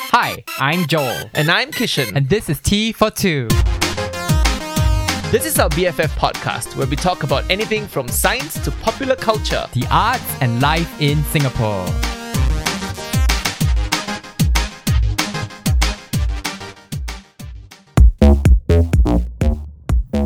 Hi, I'm Joel, And I'm Kishan. and this is Tea for Two. this is our BFF podcast where we talk about anything from science to popular culture. The arts and life in Singapore.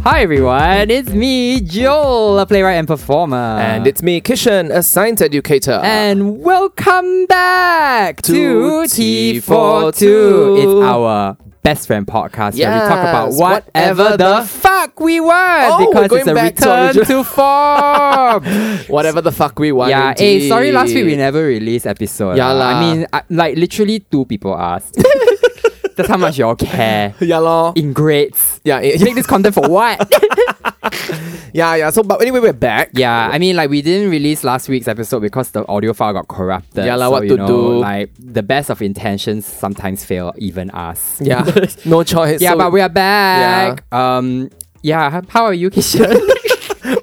Hi everyone, it's me, Joel, a playwright and performer. And it's me, Kishan, a science educator. And welcome back To to T42. T42. It's our best friend podcast where we talk about Yes, whatever, whatever the the- fuck we want Oh, we're because going it's a back to our return to, form. whatever the fuck we want. yeah, hey, sorry last week we indeed. never released episode. Yeah lah. lah. I mean, I, like literally two people asked. That's how much y'all care. Yeah, lor. In grades. Yeah, You eh, make this content for what? yeah, yeah. So, but anyway, we're back. Yeah, I mean, like we didn't release last week's episode because the audio file got corrupted. Yeah lah, So, what you to know, do? Like the best of intentions sometimes fail, even us. Yeah. no choice. yeah, So but we are back. Um, yeah. h- How are you, Kishan?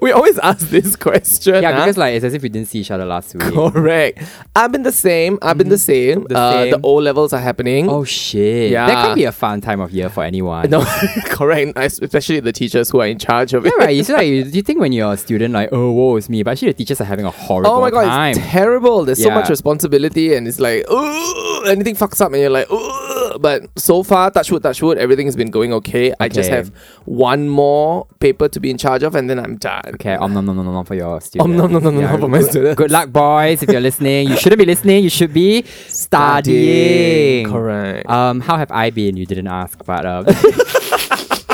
we always ask this question. yeah, huh? because like it's as if we didn't see each other last week. correct. I've been the same. I've been the same. Mm-hmm. The uh, same. The O levels are happening. Oh shit! Yeah. that can be a fun time of year for anyone. No, correct. Especially the teachers who are in charge of it. yeah, right. You see, like you, you think when you're a student, like oh, woe is me, but actually the teachers are having a horrible Oh my god, time. it's terrible. There's so Yeah. much responsibility, and it's like, "Ugh," anything fucks up, and you're like, "Ugh." but so far, touch wood, touch wood, everything has been going okay. I just Okay. have one more paper to be in charge of, and then I'm done. Oh, Okay, om nom nom nom nom nom for your students. Om nom nom nom nom nom for my good- students. Good luck, boys. If you're listening, you shouldn't be listening. You should be studying. Correct. Um, how have I been? You didn't ask, but um,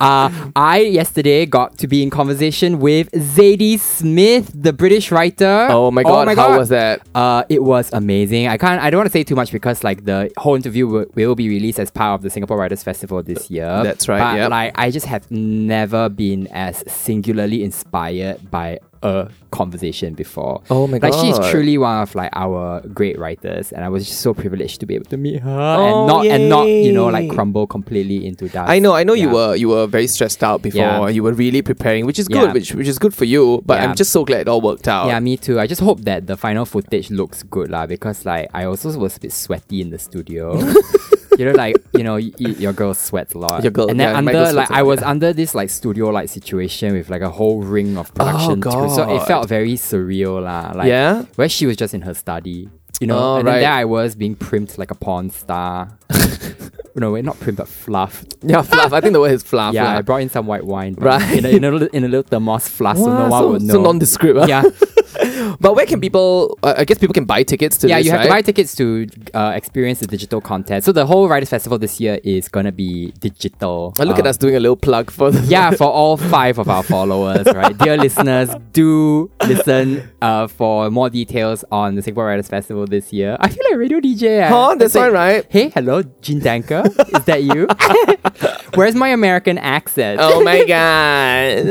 uh, I yesterday got to be in conversation with Zadie Smith, the British writer. oh my god, how was that? Uh, it was amazing. I can't. I don't want to say too much because like the whole interview will, will be released as part of the Singapore Writers Festival this year. That's right, But yep. like, I just have never been as singularly inspired by a conversation before. Oh my Like she's God. truly one of like our great writers, and I was just so privileged to be able to meet her Oh, and not and not you know yay. like crumble completely into dust. I know, I know you Yeah. were you were very stressed out before. Yeah. You were really preparing, which is Yeah. good, which which is good for you. But Yeah. I'm just so glad it all worked out. Yeah, me too. I just hope that the final footage looks good lah because like I also was a bit sweaty in the studio. you know, like you know, y y- your girl sweats a lot. Your girl- and then yeah, my girl under like sweats a lot, I was under this like studio like situation with like a whole ring of production Oh, crew, so it God. felt very surreal lah. Like Yeah? where she was just in her study. You know, Oh, and right. then there I was being primed like a porn star. no, wait, not primed, but fluffed. yeah, fluff. I think the word is fluff. yeah, lah. I brought in some white wine, but Right. In a, in a, little, in a little thermos flask, so no one Wow, so, would know. so nondescript. huh? yeah, But where can people? Uh, I guess people can buy tickets to yeah, this, you have right? to buy tickets to uh, experience the digital content. So the whole Writers Festival this year is gonna be digital. Oh, look at Uh, us doing a little plug for the Yeah, for all five of our followers, right? Dear listeners, do listen uh, for more details on the Singapore Writers Festival this year. I feel like radio DJ. eh? Huh? It's That's like, one, right? Hey, hello, Jean Danker. Is that you? Where's my American accent? Oh my god.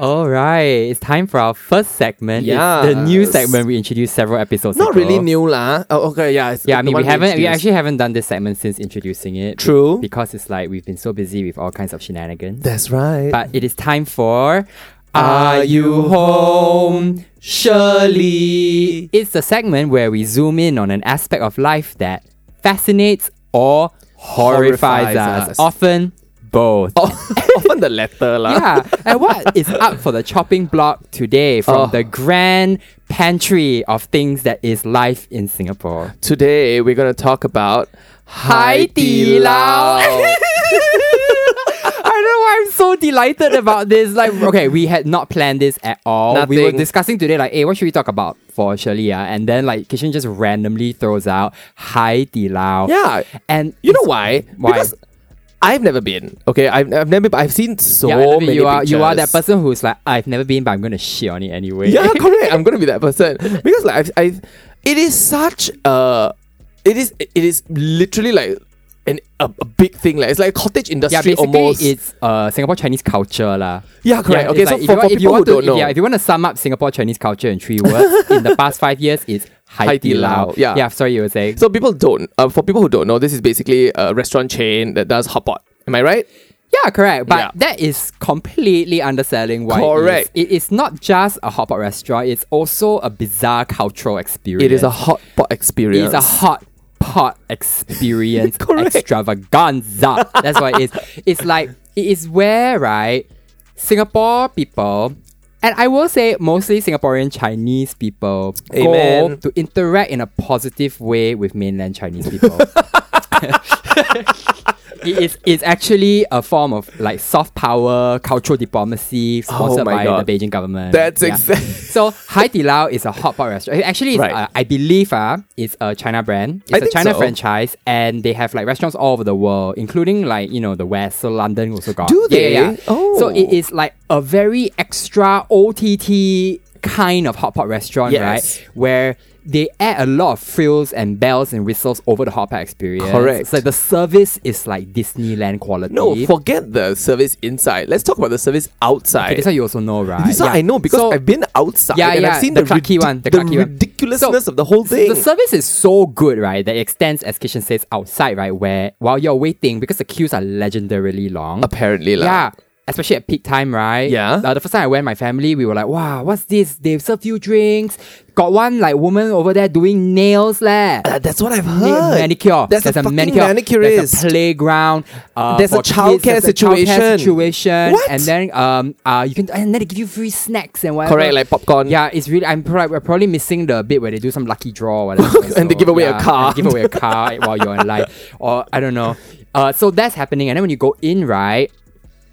All right, it's time for our first segment. It's the new Yes. segment we introduced several episodes Not ago. really new lah. Oh, okay, yeah. it's Yeah, the I mean, one we haven't, we introduced. actually haven't done this segment since introducing it. True. Because it's like we've been so busy with all kinds of shenanigans. That's right. But it is time for Are You Home, Shirley? It's the segment where we zoom in on an aspect of life that fascinates or horrifies, Horrifies us. us. Oh. Often both. often the letter lah. Yeah, and what is up for the chopping block today from Oh. the grand pantry of things that is life in Singapore? Today we're gonna talk about Hai Di Lao. I don't know why I'm so delighted about this. Like, okay, we had not planned this at all. We were Nothing. discussing today, like, hey, what should we talk about for Shirley? Ah? And then, like, Kishan just randomly throws out Hai Di Lao. Yeah. And You know why? Why? Because I've never been. Okay, I've, I've never. Been, I've seen so yeah, I know that many. you are you are pictures. that person who's like, I've never been, but I'm gonna shit on it anyway. Yeah, correct. I'm gonna be that person because like I've, I've it is such a it is it is literally like an a, a big thing like it's like a cottage Yeah, industry basically almost. it's uh, Singapore Chinese culture lah. Yeah, correct. Yeah, okay, it's so like, if for, you for want- if you people who want don't to, know, If, yeah, if you want to sum up Singapore Chinese culture in three words, in the past five years, it's Hai Di Lao. Yeah. yeah. Sorry, you were saying. so people don't. Uh, for people who don't know, this is basically a restaurant chain that does hot pot. Am I right? Yeah, correct. But Yeah. that is completely underselling why Correct. It is. It is not just a hot pot restaurant, it's also a bizarre cultural experience. It is a hot pot experience. It's a hot pot experience Correct. extravaganza. That's what it is. It's like it is where right Singapore people and I will say mostly Singaporean Chinese people go Amen. to interact in a positive way with mainland Chinese people. It is it's actually a form of like soft power, cultural diplomacy sponsored Oh my by God. the Beijing government. That's Yeah. exact- So Hai Di Lao is a hot pot restaurant. Actually, it's, Right. uh, I believe uh, it's a China brand. It's I a think China so. franchise, and they have like restaurants all over the world, including like you know the West. So London also got. Do Yeah, yeah, they? yeah. Oh. So it is like a very extra OTT kind of hot pot restaurant, Yes. right? Where they add a lot of frills and bells and whistles over the hot pot experience. Correct. So the service is like Disneyland quality. no, forget the service inside. Let's talk about the service outside. Okay, this one you also know, right? This one Yeah. I know because So- I've been outside Yeah, and yeah, I've seen the the, Clarke Quay one, the the, Clarke Quay one. ridiculousness So, of the whole thing. The service is so good, right? That it extends, as Kishan says, outside, right? Where while you're waiting, because the queues are legendarily long. Apparently, lah. Yeah. Especially at peak time, right? Yeah. Uh, the first time I went, my family, we were like, wow, what's this? They've served you drinks. Got one like woman over there doing nails leh. Uh, that's what I've Need heard. Manicure. There's, There's a, fucking manicure. manicurist. There's a playground. Uh, There's a for kids. childcare There's a childcare situation. situation. What? And then um uh you can and then they give you free snacks and whatever. Correct, like popcorn. Yeah, it's really. I'm prob- we're probably missing the bit where they do some lucky draw or whatever. And they give away a car. and give away a car while you're in line, or I don't know. Uh, so that's happening, and then when you go in, right,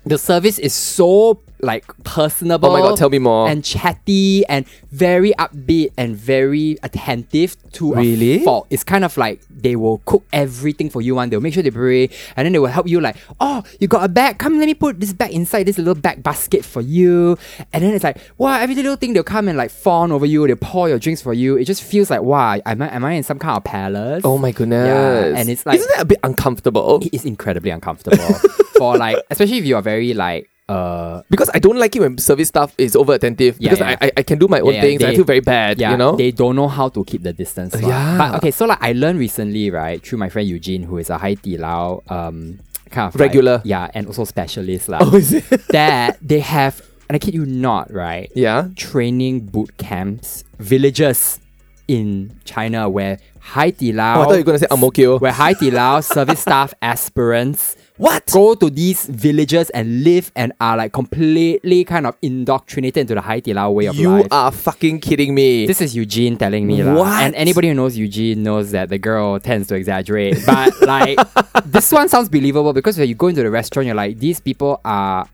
the service is so like personable. Oh my God, tell me more. And chatty and very upbeat and very attentive to Really? a fault. It's kind of like they will cook everything for you. One, they'll make sure they pray, and then they will help you. Like, oh, you got a bag? Come, let me put this bag inside this little bag basket for you. And then it's like, wow, every little thing they'll come and like fawn over you. They pour your drinks for you. It just feels like, wow, am I am I in some kind of palace? Oh my goodness. Yeah, and it's like- Isn't that a bit uncomfortable? It is incredibly uncomfortable for like, especially if you are very like uh because I don't like it when service staff is over attentive. Yeah, because yeah. I, I I can do my own Yeah, yeah, things. and I they- feel very bad. yeah, you know. they don't know how to keep the distance. lah. yeah. But okay, so like I learned recently, right, through my friend Eugene, who is a Hai Di Lao um kind of like- Regular. yeah, and also specialist lah. oh, is it? that they have, and I kid you not, right, yeah. training boot camps, villages in China where Hai Di Lao. Oh, I thought you were gonna say Amokyo. Where Hai Di Lao service staff aspirants What? go to these villages and live and are like completely kind of indoctrinated into the Hai Di Lao way of You life. are fucking kidding me. This is Eugene telling me lah. What? And anybody who knows Eugene knows that the girl tends to exaggerate. But like this one sounds believable because when you go into the restaurant, you're like, these people are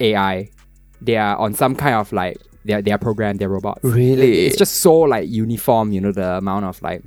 AI. They are on some kind of like they're they're programmed, they're robots. really? It's just so like uniform, you know, the amount of like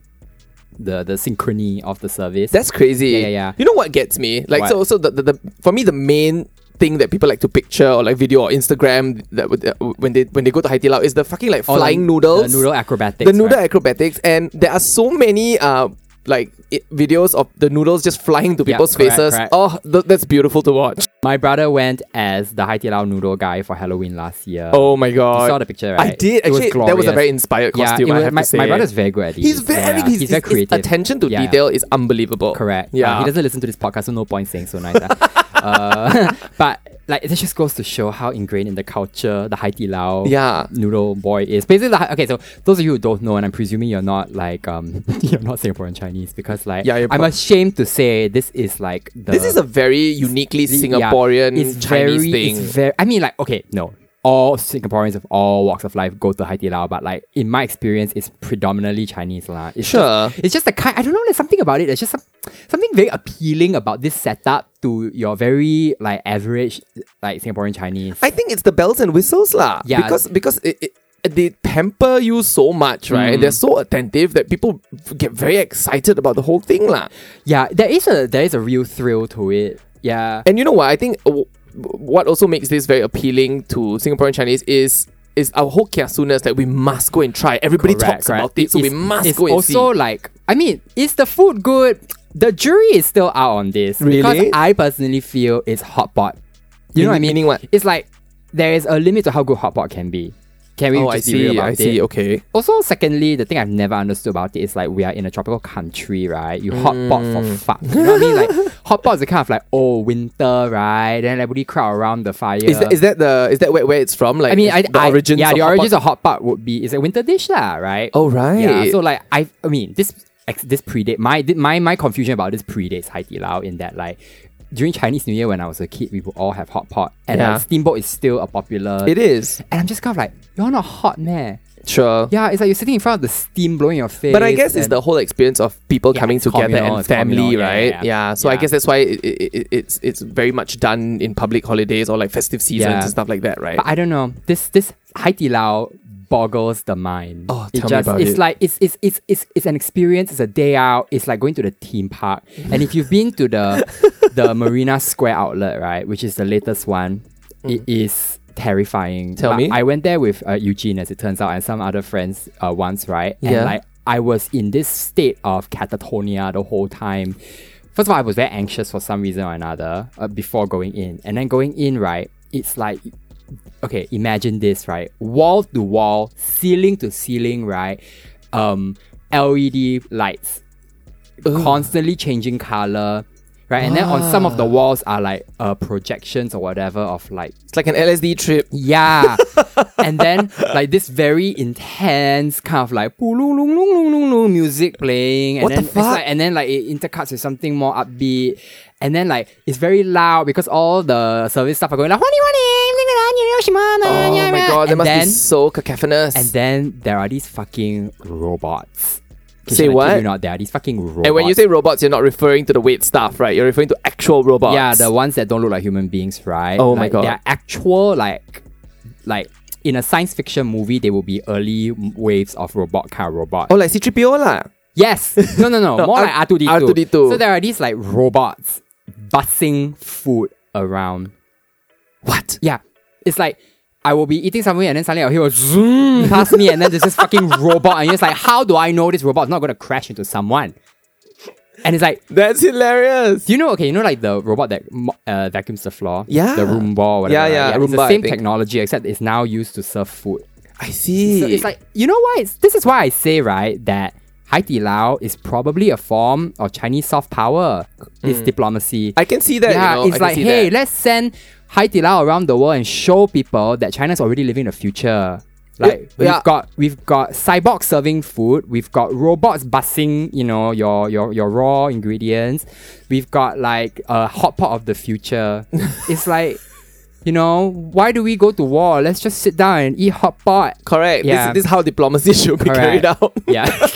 the the synchrony of the service. That's crazy. Yeah, yeah, yeah. You know what gets me? Like What? so so the, the, the for me the main thing that people like to picture or like video or Instagram that, would- that when they when they go to Hai Di Lao is the fucking like Or, like, flying noodles. Oh, The noodle acrobatics. the noodle right? acrobatics and there are so many uh like i videos of the noodles just flying to Yeah, people's correct, faces. correct. Oh, th- that's beautiful to watch. My brother went as the Hai Di Lao noodle guy for Halloween last year. Oh my god! saw the picture, right? I did. It was Actually, that was a glorious. very inspired costume. it I was- have my, to say. my brother's very good at these. He's very. Yeah, He's, he's very his- his creative. attention to Yeah. detail is unbelievable. Correct. Uh, Yeah. he doesn't listen to this podcast, so no point saying so nice. ah. uh, but like it just goes to show how ingrained in the culture the Hai Di Lao Yeah. noodle boy is. Basically, the, Hai- okay. So those of you who don't know, and I'm presuming you're not like um you're not Singaporean Chinese because like Yeah, you're I'm prob- ashamed to say this is like the This is a very uniquely Singaporean yeah, it's Chinese very, thing. It's very, I mean, like, okay, no. All Singaporeans of all walks of life go to Hai Di Lao, but like in my experience, it's predominantly Chinese lah. It's Sure. just, it's just the kind. I don't know. There's something about it. There's just some, something very appealing about this setup to your very like average like Singaporean Chinese. I think it's the bells and whistles lah. Yeah. Because because it, it, they pamper you so much, right? They're so attentive that people get very excited about the whole thing lah. yeah, there is a there is a real thrill to it. Yeah, And you know what? I think uh, w- what also makes this very appealing to Singaporean Chinese is is our whole kiasuness that we must go and try. Everybody talks about it, so we It's- must it's go and also see. like, I mean, is the food good? The jury is still out on this. Because Really? I personally feel it's hot pot. You know what I mean? Meaning what? It's like there is a limit to how good hot pot can be. Can we oh, I just be real see. about I it? see. Okay. Also, secondly, the thing I've never understood about it is like we are in a tropical country, right? You hotpot for Mm. fuck. You know what I mean? Like hotpot is kind of like oh winter, right? Then everybody crowd around the fire. Is that is that the is that where, where it's from? Like I mean, I, the I- origins. Yeah, of the hot origins pot? of hot pot would be it's a winter dish, lah, right? Oh right. yeah. So like I, I mean, this ex- this predate my thi- my my confusion about this predates Hai Di Lao in that like. During Chinese New Year, when I was a kid, we would all have hot pot, and Yeah. like, steamboat is still a popular. it is and I'm just kind of like, you're not hot, man. sure. Yeah, it's like you're sitting in front of the steam blowing your face. But I guess it's and- the whole experience of people Yeah, coming it's together communal, and it's family, communal, yeah, right? yeah, Yeah. yeah. So I Yeah. guess that's why it, it, it, it's it's very much done in public holidays or like festive seasons Yeah. and stuff like that, right? But I don't know. This this Hai Di Lao boggles the mind. Oh, tell me about it's it. like it's it's it's it's it's an experience. It's a day out. It's like going to the theme park. and if you've been to the the Marina Square outlet, right, which is the latest one, it is terrifying. Mm. Tell But me. I went there with uh, Eugene, as it turns out, and some other friends uh, once, right? And Yeah. like I was in this state of catatonia the whole time. First of all, I was very anxious for some reason or another uh, before going in. And then going in, right, it's like, okay, imagine this, right? Wall to wall, ceiling to ceiling, right? Um, LED lights, constantly changing color, right? And then on some of the walls are like uh, projections or whatever of like it's like an LSD trip. yeah. and then like this very intense kind of like "Pulung, lung, lung, lung, lung, lung" music playing and What the then it's fuck? like- and then like it intercuts with something more upbeat. And then like it's very loud because all the service stuff are going like "Hwani, hwani, ding, ding, ding, ding, shima, na, Oh ya, my ya." god, that and must then, be so cacophonous. and then there are these fucking robots. Okay, should Say I kid what? You not, there are these fucking robots. And when you say robots, you're not referring to the weird stuff, right? You're referring to actual robots. Yeah, the ones that don't look like human beings, right? Oh my Like, God. They're actual like like in a science fiction movie they will be early m- waves of robot car robot. oh, like C-3PO lah. Yes. No no no. No, More R- like R2D2. R2D2. So there are these like robots bussing food around. What? Yeah. It's like I will be eating something and then suddenly I'll hear a zoom past me and then there's this fucking robot and it's like how do I know this robot's not gonna crash into someone? And it's like That's hilarious. do you know? Okay, you know, like the robot that mo- uh, vacuums the floor. Yeah. the Roomba, or whatever. Yeah, right? yeah, It's Roomba, the I same think. technology, except it's now used to serve food. I see. So it's like you know why? It's, this is why I say right that Hai Di Lao is probably a form of Chinese soft power. It's diplomacy. Mm. I can see that. yeah, you know, I it's can like see hey, that. let's send Hai Di Lao around the world and show people that China's already living the future. Like we've yeah. got we've got cyborgs serving food, we've got robots bussing, you know, your your your raw ingredients. We've got like a hot pot of the future. it's like you know, why do we go to war? Let's just sit down and eat hot pot. correct. Yeah. This, this is how diplomacy should be carried Correct. out. Yeah.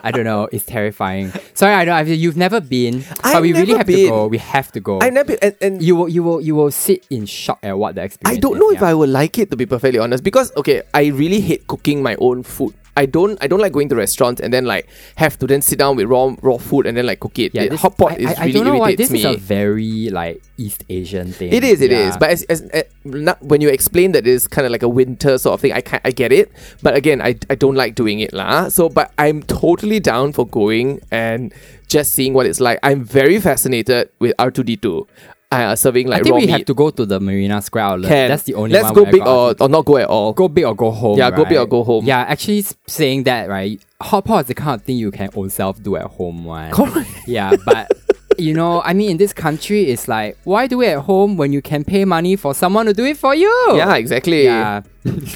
I don't know. It's terrifying. Sorry, I know I've, you've never been, but I've we really never have to been. go. We have to go I never and, and you will you will you will sit in shock at what the I experience. don't know if I would like it to be perfectly honest because okay, I really hate cooking my own food. I don't I don't like going to restaurants and then like have to then sit down with raw raw food and then like cook it. Yeah, it this, hot pot I, is I, really I don't know why irritates this me. is a very like East Asian thing. It is, it is. Yeah. But as, as, eh, not, when you explain that it's kind of like a winter sort of thing, I can I get it. But again, I, I don't like doing it lah. So, but I'm totally down for going and just seeing what it's like. I'm very fascinated with R two D two, uh, serving like I think raw we meat. have to go to the Marina Square outlet. Can. That's the only. Let's one go where I big got or, asked or not go at all. to go big or go home. Yeah, go big or right? go home. Yeah, actually s- saying that right, hot pot is the kind of thing you can own self do at home. One. Correct. Yeah, but. You know, I mean, in this country, it's like, why do it at home when you can pay money for someone to do it for you? Yeah, exactly. yeah.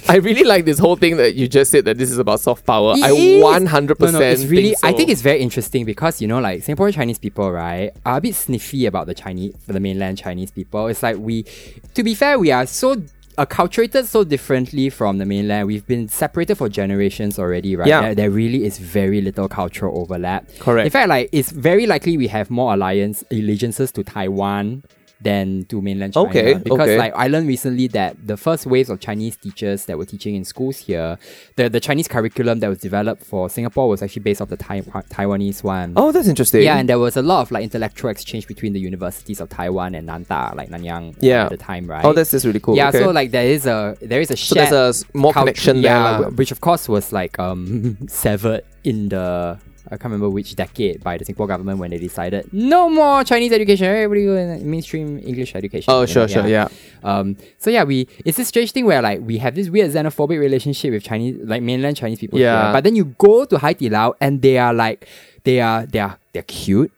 I really like this whole thing that you just said that this is about soft power. It I is. 100% No, no, it's really. think so. I think it's very interesting because you know, like Singaporean Chinese people, right, are a bit sniffy about the Chinese, the mainland Chinese people. It's like we, to be fair, we are so acculturated so differently from the mainland. We've been separated for generations already, right? Yeah. There, there really is very little cultural overlap. Correct. In fact, like it's very likely we have more alliance allegiances to Taiwan. Than to mainland China Okay, because okay. like I learned recently that the first waves of Chinese teachers that were teaching in schools here, the, the Chinese curriculum that was developed for Singapore was actually based off the tai- Taiwanese one. Oh, that's interesting. Yeah, and there was a lot of like intellectual exchange between the universities of Taiwan and Nanta, like Nanyang Yeah. at the time, right? Oh, that's that's really cool. yeah. Okay. So like there is a there is a so there's shared a s- more culture- yeah, connection there. lah. wh- which of course was like um severed in the I can't remember which decade by the Singapore government when they decided no more Chinese education, everybody go in mainstream English education. Oh, you sure, know, sure, yeah. Um, so yeah, we it's this strange thing where like we have this weird xenophobic relationship with Chinese, like mainland Chinese people. here. Yeah. but then you go to Hai Di Lao and they are like they are they are they're cute,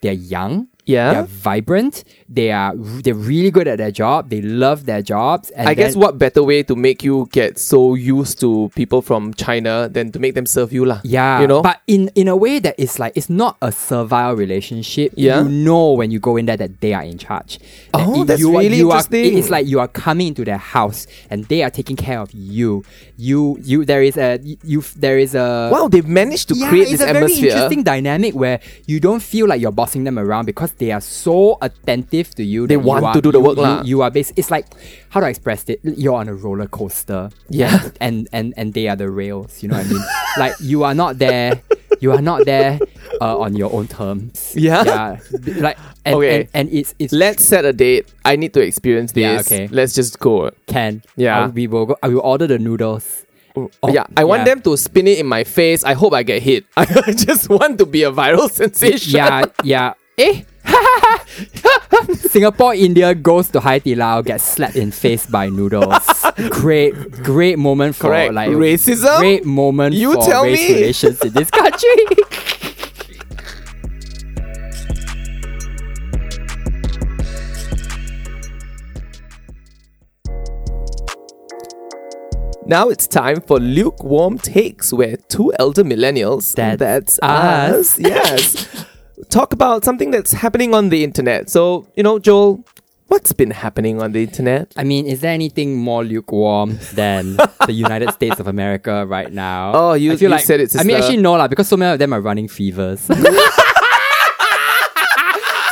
they're young. Yeah. They're vibrant. They are. They're really good at their job. They love their jobs. And I guess then- what better way to make you get so used to people from China than to make them serve you lah. Yeah, You know? but in in a way that is like it's not a servile relationship. Yeah. you know when you go in there that they are in charge. That Oh, it- that's you are- really you are- interesting. It's like you are coming into their house and they are taking care of you. You you there is a you there is a wow, they've managed to yeah, create it's this a very atmosphere. interesting dynamic where you don't feel like you're bossing them around because they are so attentive to you. They that you want are- to do the you- work You, lah. you are based. It's like how do I express it? You're on a roller coaster. Yeah. and and and they are the rails. You know what I mean? like you are not there. You are not there uh, on your own terms. Yeah. Yeah. Like and, Okay. and, and it's it's Let's set a date. I need to experience this. Yeah, okay. Let's just go. can Yeah. Uh, we will go. I will order the noodles. Oh, yeah, I want yeah. them to spin it in my face. I hope I get hit. I just want to be a viral sensation. Yeah, yeah. Eh? Singapore India goes to Hai Di Lao, gets slapped in face by noodles. great, great moment for Correct. like Racism? Great moment You for tell race me. relations in this country. Now it's time for lukewarm takes, where two elder millennials, That's us. us, yes, talk about something that's happening on the internet. So, you know, Joel, what's been happening on the internet? I mean, is there anything more lukewarm than the United States of America right now? Oh, you- I feel you like, said it, I mean, sister. actually, no, lah, because so many of them are running fevers.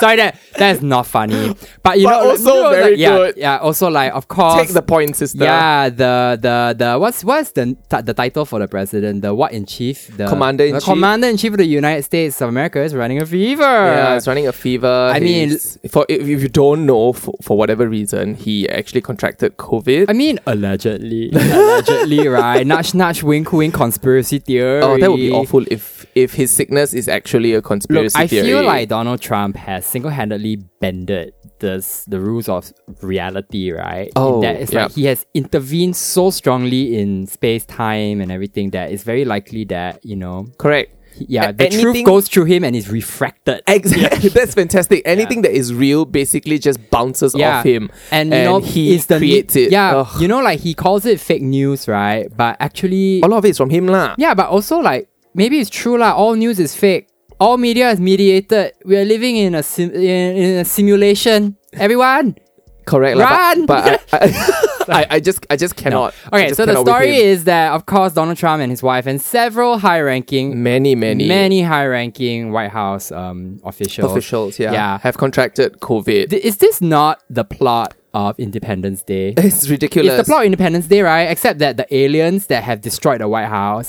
Sorry, that that is not funny. But you But know, like- also you know, very like, yeah, good. Yeah, also like of course. Take the point, sister. yeah, the the the what's what's the t- the title for the president? The what in chief? The Commander-in-Chief. The commander in chief of the United States of America is running a fever. Yeah, it's running a fever. I mean- for if if you don't know, for, for whatever reason, he actually contracted COVID. I mean, allegedly, allegedly, right? Nudge, nudge, wink, wink. Conspiracy theory. oh, that would be awful if if his sickness is actually a Look, conspiracy I theory. feel like Donald Trump has single-handedly bended this the rules of reality, right? In Oh, that it's like yeah. he has intervened so strongly in space, time, and everything that it's very likely that you know, correct. he- yeah, A- the truth anything- goes through him and is refracted. Exactly. That's fantastic. Anything that is real basically just bounces off him. and you know he it's the creates it. Yeah, Ugh. you know, like he calls it fake news, right? But actually, a lot of it's from him lah. Yeah, but also like maybe it's true lah. All news is fake. All media is mediated. We are living in a sim- in, in a simulation. Everyone. Correct lah, Run! But, but I, I, I, I just I just cannot. I Okay, just so the cannot with story him. is that of course Donald Trump and his wife and several high-ranking, many many many, high-ranking White House um officials. officials yeah, Yeah. have contracted COVID. Th- Is this not the plot of Independence Day? It's ridiculous. It's the plot of Independence Day, right? Except that the aliens that have destroyed the White House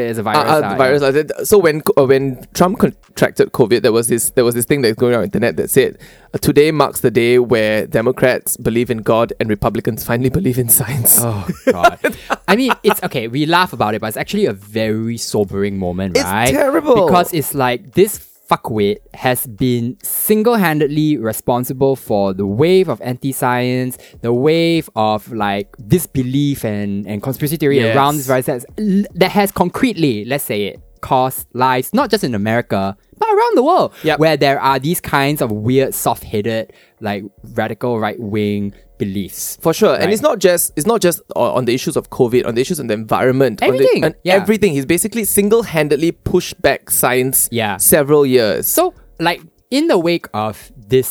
is a Uh, virus. uh, lah, the yeah. virus. uh, th- So when co- uh, when Trump contracted COVID, there was this there was this thing that's going on internet that said uh, today marks the day where Democrats believe in God and Republicans finally believe in science. Oh god. I mean, it's okay. We laugh about it, but it's actually a very sobering moment, It's right? terrible. because it's like this fuckwit has been single-handedly responsible for the wave of anti-science, the wave of like disbelief and and conspiracy theory Yes. around this virus that's, that has concretely, let's say it, caused lives not just in America but around the world, Yep. where there are these kinds of weird, soft-headed, like radical right-wing beliefs. For sure, and Right. it's not just it's not just o- on the issues of COVID, on the issues on the environment, on the- Everything, on yeah. everything. He's basically single-handedly pushed back science, Yeah. several years. So, like, in the wake of this,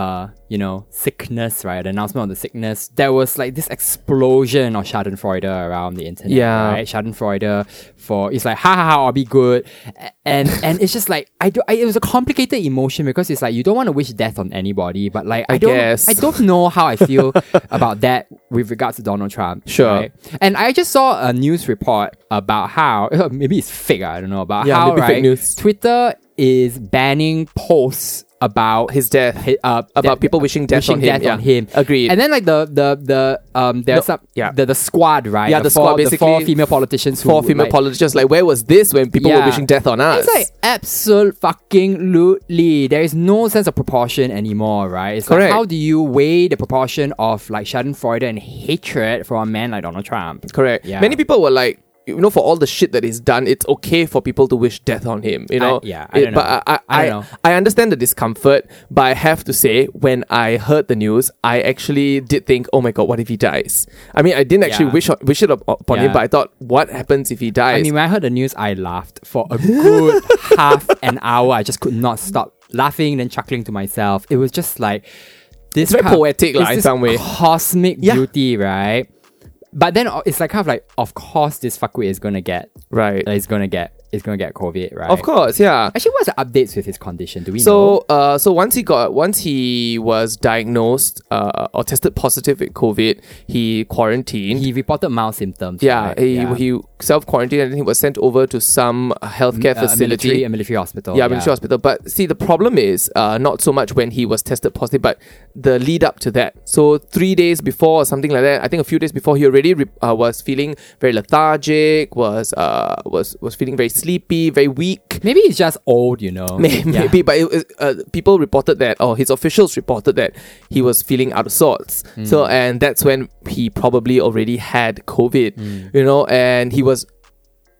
uh, you know, sickness, right? Announcement of the sickness, there was like this explosion of Schadenfreude around the internet. Yeah. Right? Schadenfreude for, it's like, ha ha ha, I'll be good. A- And, and it's just like, I do, I, it was a complicated emotion because it's like, you don't want to wish death on anybody, but like, I, don't, guess. I don't know how I feel about that with regards to Donald Trump. Sure. right? And I just saw a news report about how, maybe it's fake, I don't know, about Yeah, how, maybe fake right, news. Twitter is banning posts about his death, hi- uh, about death- people wishing death wishing on him. death yeah. on him. Agreed. And then like the the the um there's No, some yeah. the, the squad right Yeah, the squad, four, the four basically female politicians who Four would, female like, politicians like, where was this when people were Yeah. wishing death on us? It's like absolute fucking lootly. There is no sense of proportion anymore, right? It's Correct. like how do you weigh the proportion of like Schadenfreude and hatred for a man like Donald Trump? Correct. Yeah. Many people were like, you know, for all the shit that he's done, it's okay for people to wish death on him. You know, yeah, I don't know. But I, I, I I, don't know. I understand the discomfort, but I have to say, when I heard the news, I actually did think, oh my god, what if he dies? I mean, I didn't actually Yeah. wish wish it up- upon him, Yeah. but I thought, what happens if he dies? I mean, when I heard the news, I laughed for a good half an hour. I just could not stop laughing and chuckling to myself. It was just like this It's very kind of- poetic lah it's in this some way. Cosmic Yeah. beauty, right? But then uh, it's like kind of like, of course, this fuckwit is gonna get, right. is gonna get, is gonna get COVID, right? Of course, yeah. Actually, what's the updates with his condition? Do we know? So, uh, so once he got, once he was diagnosed uh, or tested positive with COVID, he quarantined. He reported mild symptoms. yeah, right? he, he self quarantined and he was sent over to some healthcare Uh, a facility. military, a military hospital. yeah, military hospital. But see, the problem is uh, not so much when he was tested positive, but the lead up to that. So three days before or something like that. I think a few days before, he already re- uh, was feeling very lethargic. Was uh was was feeling very sleepy, very weak. Maybe he's just old, you know. May- Yeah. Maybe, but it, was- uh, people reported that, or his officials reported that he was feeling out of sorts. Mm. So, and that's when he probably already had COVID, Mm. you know, and he was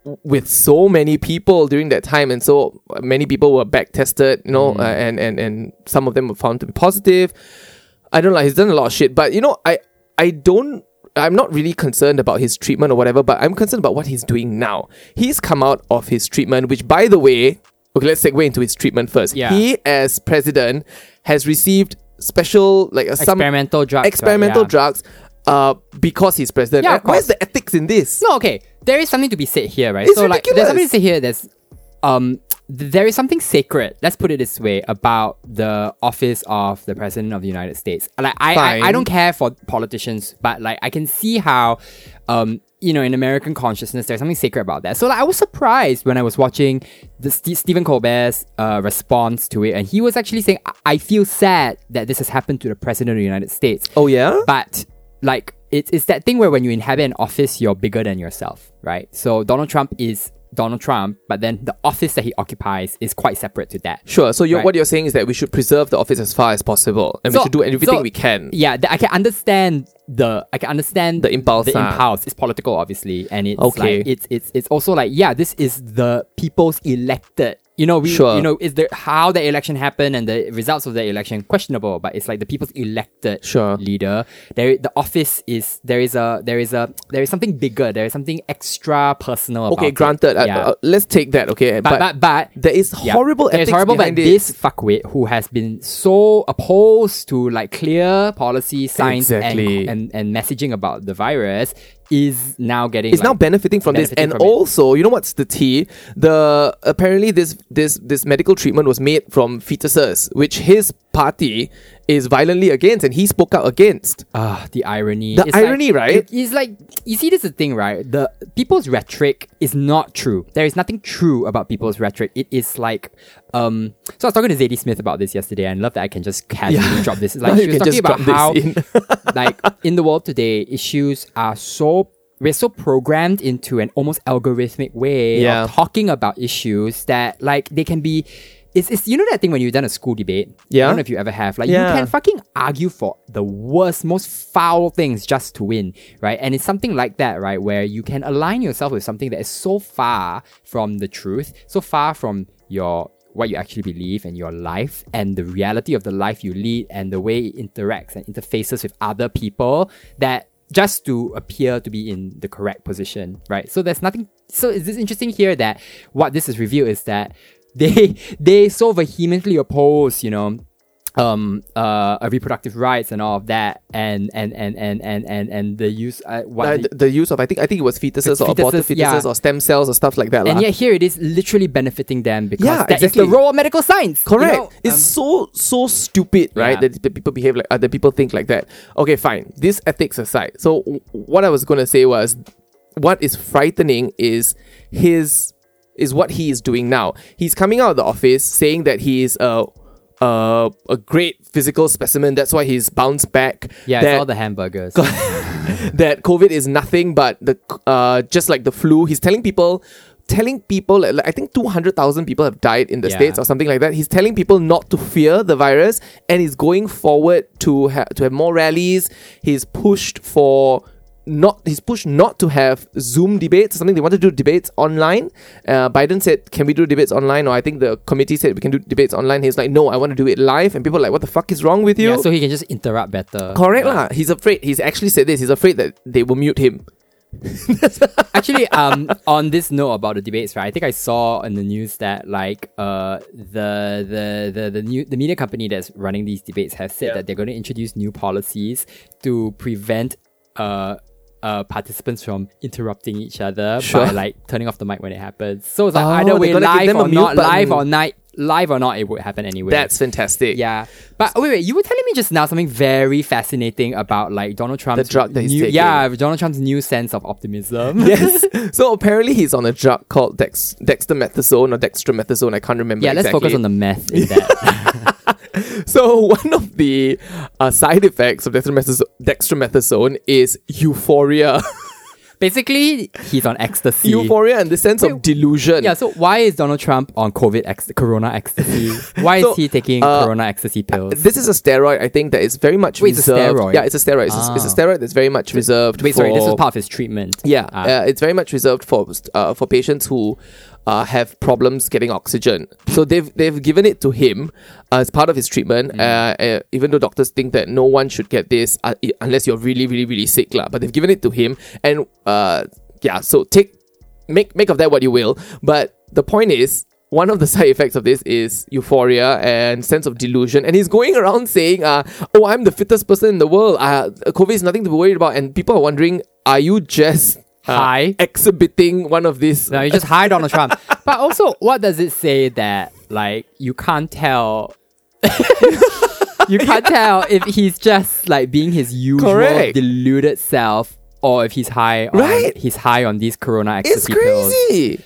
w- with so many people during that time, and so many people were back tested, you Mm. know, uh, and and and some of them were found to be positive. I don't know. He's done a lot of shit, but you know, I I don't. I'm not really concerned about his treatment or whatever, but I'm concerned about what he's doing now. He's come out of his treatment, which, by the way, okay, let's segue into his treatment first. Yeah. He, as president, has received special, like, uh, some experimental drugs. right? experimental Yeah. drugs uh, because he's president. Yeah, Uh, of course. Where's the ethics in this? No, okay. There is something to be said here, right? It's so like ridiculous. there's something to say here that's um th- there is something sacred, let's put it this way, about the office of the President of the United States. Like I I, Fine. I don't care for politicians, but like I can see how um you know, in American consciousness, there's something sacred about that. So, like, I was surprised when I was watching the Ste Stephen Colbert's uh, response to it, and he was actually saying, "I- "I feel sad that this has happened to the president of the United States." Oh, yeah? But like it's it's that thing where when you inhabit an office, you're bigger than yourself, right? So Donald Trump is Donald Trump, but then the office that he occupies is quite separate to that. Sure. So, you're, Right. what you're saying is that we should preserve the office as far as possible and we So- should do everything so- we can. Yeah, th- I can understand the I can understand The impulse, The ah. impulse. It's political, obviously, and it's Okay. like it's it's it's also like yeah, this is the people's elected. You know, we Sure. you know is the how the election happened and the results of the election questionable, but it's like the people's elected Sure. leader. There, the office is there is a there is a there is something bigger. There is something extra personal. about Okay, it. granted. Uh, Yeah. uh, let's take that, okay? but but but there is yeah. horrible It's ethics horrible, but behind it. this fuckwit who has been so opposed to like clear policy, science, and- Exactly. and, and messaging about the virus is now getting. It's like, now benefiting from benefiting this, and from it. also, you know what's the tea? The apparently this this this medical treatment was made from fetuses, which his party is violently against, and he spoke out against. Ah, the irony. The irony, like- right? it- It's like you see, this is the thing, right? The people's rhetoric is not true. There is nothing true about people's rhetoric. It is like, um. So I was talking to Zadie Smith about this yesterday, and I love that I can just casually drop this. Like Now she you was can talking just about drop this how, in. like in the world today, issues are so. We're so programmed into an almost algorithmic way Yeah. of talking about issues that, like, they can be. It's, it's you know that thing when you've done a school debate. Yeah. I don't know if you ever have. Like, Yeah. you can fucking argue for the worst, most foul things just to win, right? And it's something like that, right? Where you can align yourself with something that is so far from the truth, so far from your what you actually believe and your life and the reality of the life you lead and the way it interacts and interfaces with other people that just to appear to be in the correct position, right? So there's nothing. So is this interesting here that what this is revealed is that they they so vehemently oppose, you know, um uh, uh reproductive rights and all of that and and and and and and, and the use uh, what Uh, the- the, the use of I think I think it was fetuses or Fetuses, aborted fetuses yeah. or stem cells or stuff like that. and lah. yet here it is literally benefiting them because uh, Yeah, that is exactly. the role of medical science you Correct. know? um, it's so so stupid, right? Yeah. That the people behave like other people think like that. Okay, fine. This ethics aside. So w- what I was gonna say was, what is frightening is his is what he is doing now. He's coming out of the office saying that he is a uh, a great physical specimen. That's why he's bounced back. Yeah, that, it's all the hamburgers. that COVID is nothing but the uh, just like the flu. He's telling people. Telling people, like, I think 200,000 people have died in the Yeah. States or something like that. He's telling people not to fear the virus and he's going forward to, ha- to have more rallies. He's pushed for not, he's pushed not to have Zoom debates, something they want to do debates online. Uh, Biden said, Can we do debates online? Or I think the committee said, We can do debates online. He's like, No, I want to do it live. And people are like, What the fuck is wrong with you? yeah, so he can just interrupt better. Correct Yeah. lah. He's afraid. He's actually said this. He's afraid that they will mute him. Actually, um, on this note about the debates, right? I think I saw in the news that like uh the the the the, new, the media company that's running these debates has said Yeah. that they're going to introduce new policies to prevent uh. Uh, participants from interrupting each other by Sure. like turning off the mic when it happens. So it's like Oh, either they're way, gonna give live them a or mute not, live button. or night, live or not, it would happen anyway. That's fantastic. Yeah, but oh, wait, wait. You were telling me just now something very fascinating about like Donald Trump's drug that he's new, taking. yeah, Donald Trump's new sense of optimism. Yes. so apparently he's on a drug called dex- dextromethasone or dextromethasone. I can't remember. yeah, let's focus on the meth in that. So one of the uh, side effects of dextromethasone, dextromethasone is euphoria. Basically, he's on ecstasy. euphoria and the sense of Wait, delusion. yeah, so why is Donald Trump on COVID ex- corona ecstasy? Why is So, he taking uh, corona ecstasy pills? This is a steroid, I think, that is very much Wait, it's a reserved. steroid? Yeah, it's a steroid. It's, a, it's a Ah. steroid that's very much reserved. Wait, sorry, this is for- part of his treatment. Yeah, Ah. uh, it's very much reserved for uh, for patients who uh, have problems getting oxygen. So they've they've given it to him uh, as part of his treatment. Uh, uh, even though doctors think that no one should get this uh, i- unless you're really really really sick, lah. But they've given it to him, and uh, yeah. So take make make of that what you will. But the point is. One of the side effects of this is euphoria and sense of delusion, and he's going around saying, uh, "Oh, I'm the fittest person in the world. Uh, COVID is nothing to be worried about." And people are wondering, "Are you just uh, High? exhibiting one of these. No, you just hide Donald Trump. But also, what does it say that like you can't tell? you can't tell if he's just like being his usual Correct. deluded self, or if he's high. On, Right. He's high on these Corona it's ecstasy pills. crazy.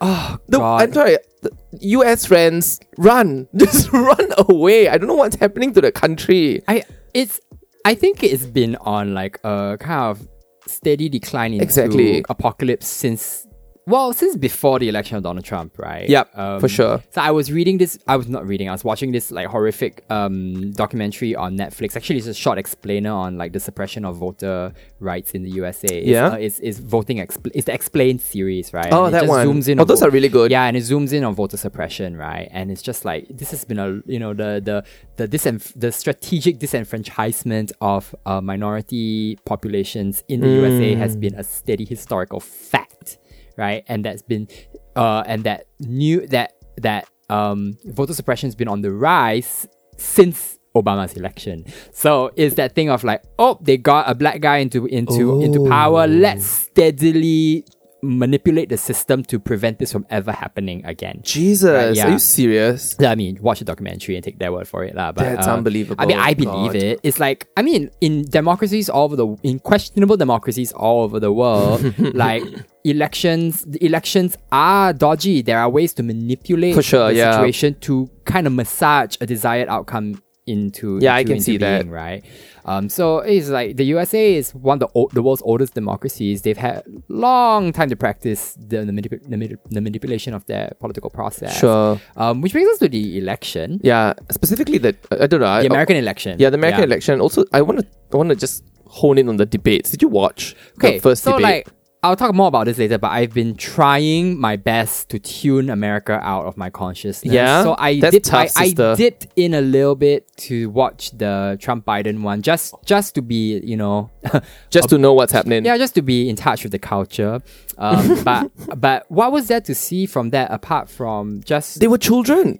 Oh The, God. I'm sorry. the U.S. friends, run, just run away. I don't know what's happening to the country. I it's I think it's been on like a kind of steady decline into Exactly. apocalypse since well since before the election of Donald Trump, right? Um, Yep, for sure. So I was reading this. I was not reading. I was watching this like horrific um, documentary on Netflix. Actually, it's a short explainer on like the suppression of voter rights in the USA. It's, Yeah. uh, it's, it's voting. Expl- it's the Explained series, right? Oh, And it that just one. Zooms in Oh, on those vo- are really good. yeah, and it zooms in on voter suppression, right? And it's just like this has been a you know the the the disenf- the strategic disenfranchisement of uh, minority populations in the USA Mm. has been a steady historical fact, right? And that's been uh and that new that that um voter suppression has been on the rise since Obama's election. So it's that thing of like, oh, they got a black guy into into into power. Let's Oh. steadily manipulate the system to prevent this from ever happening again. Jesus, yeah. are you serious? Yeah, I mean, watch the documentary and take their word for it, lah. But That's uh, unbelievable. I mean, I believe God. it. It's like I mean, in democracies all over the in questionable democracies all over the world, like elections, the elections are dodgy. There are ways to manipulate For sure, the yeah. situation to kind of massage a desired outcome into Yeah, I into- can into see that. being, right? Um, so it's like the USA is one of the, old, the world's oldest democracies. They've had long time to practice the, the, manip- the, manip- the manipulation of their political process. Sure. Um, which brings us to the election, Yeah, specifically the I don't know. I- the American election. yeah, the American election. Also, I want to I want to just hone in on the debates. Did you watch Okay, the first so debate? like I'll talk more about this later, but I've been trying my best to tune America out of my consciousness. Yeah? so I That's dipped, tough, I, I sister. dipped in a little bit to watch the Trump Biden one, just just to be you know just to know what's happening. um, yeah, just to be in touch with the culture. Um, but but what was there to see from that apart from just they were children.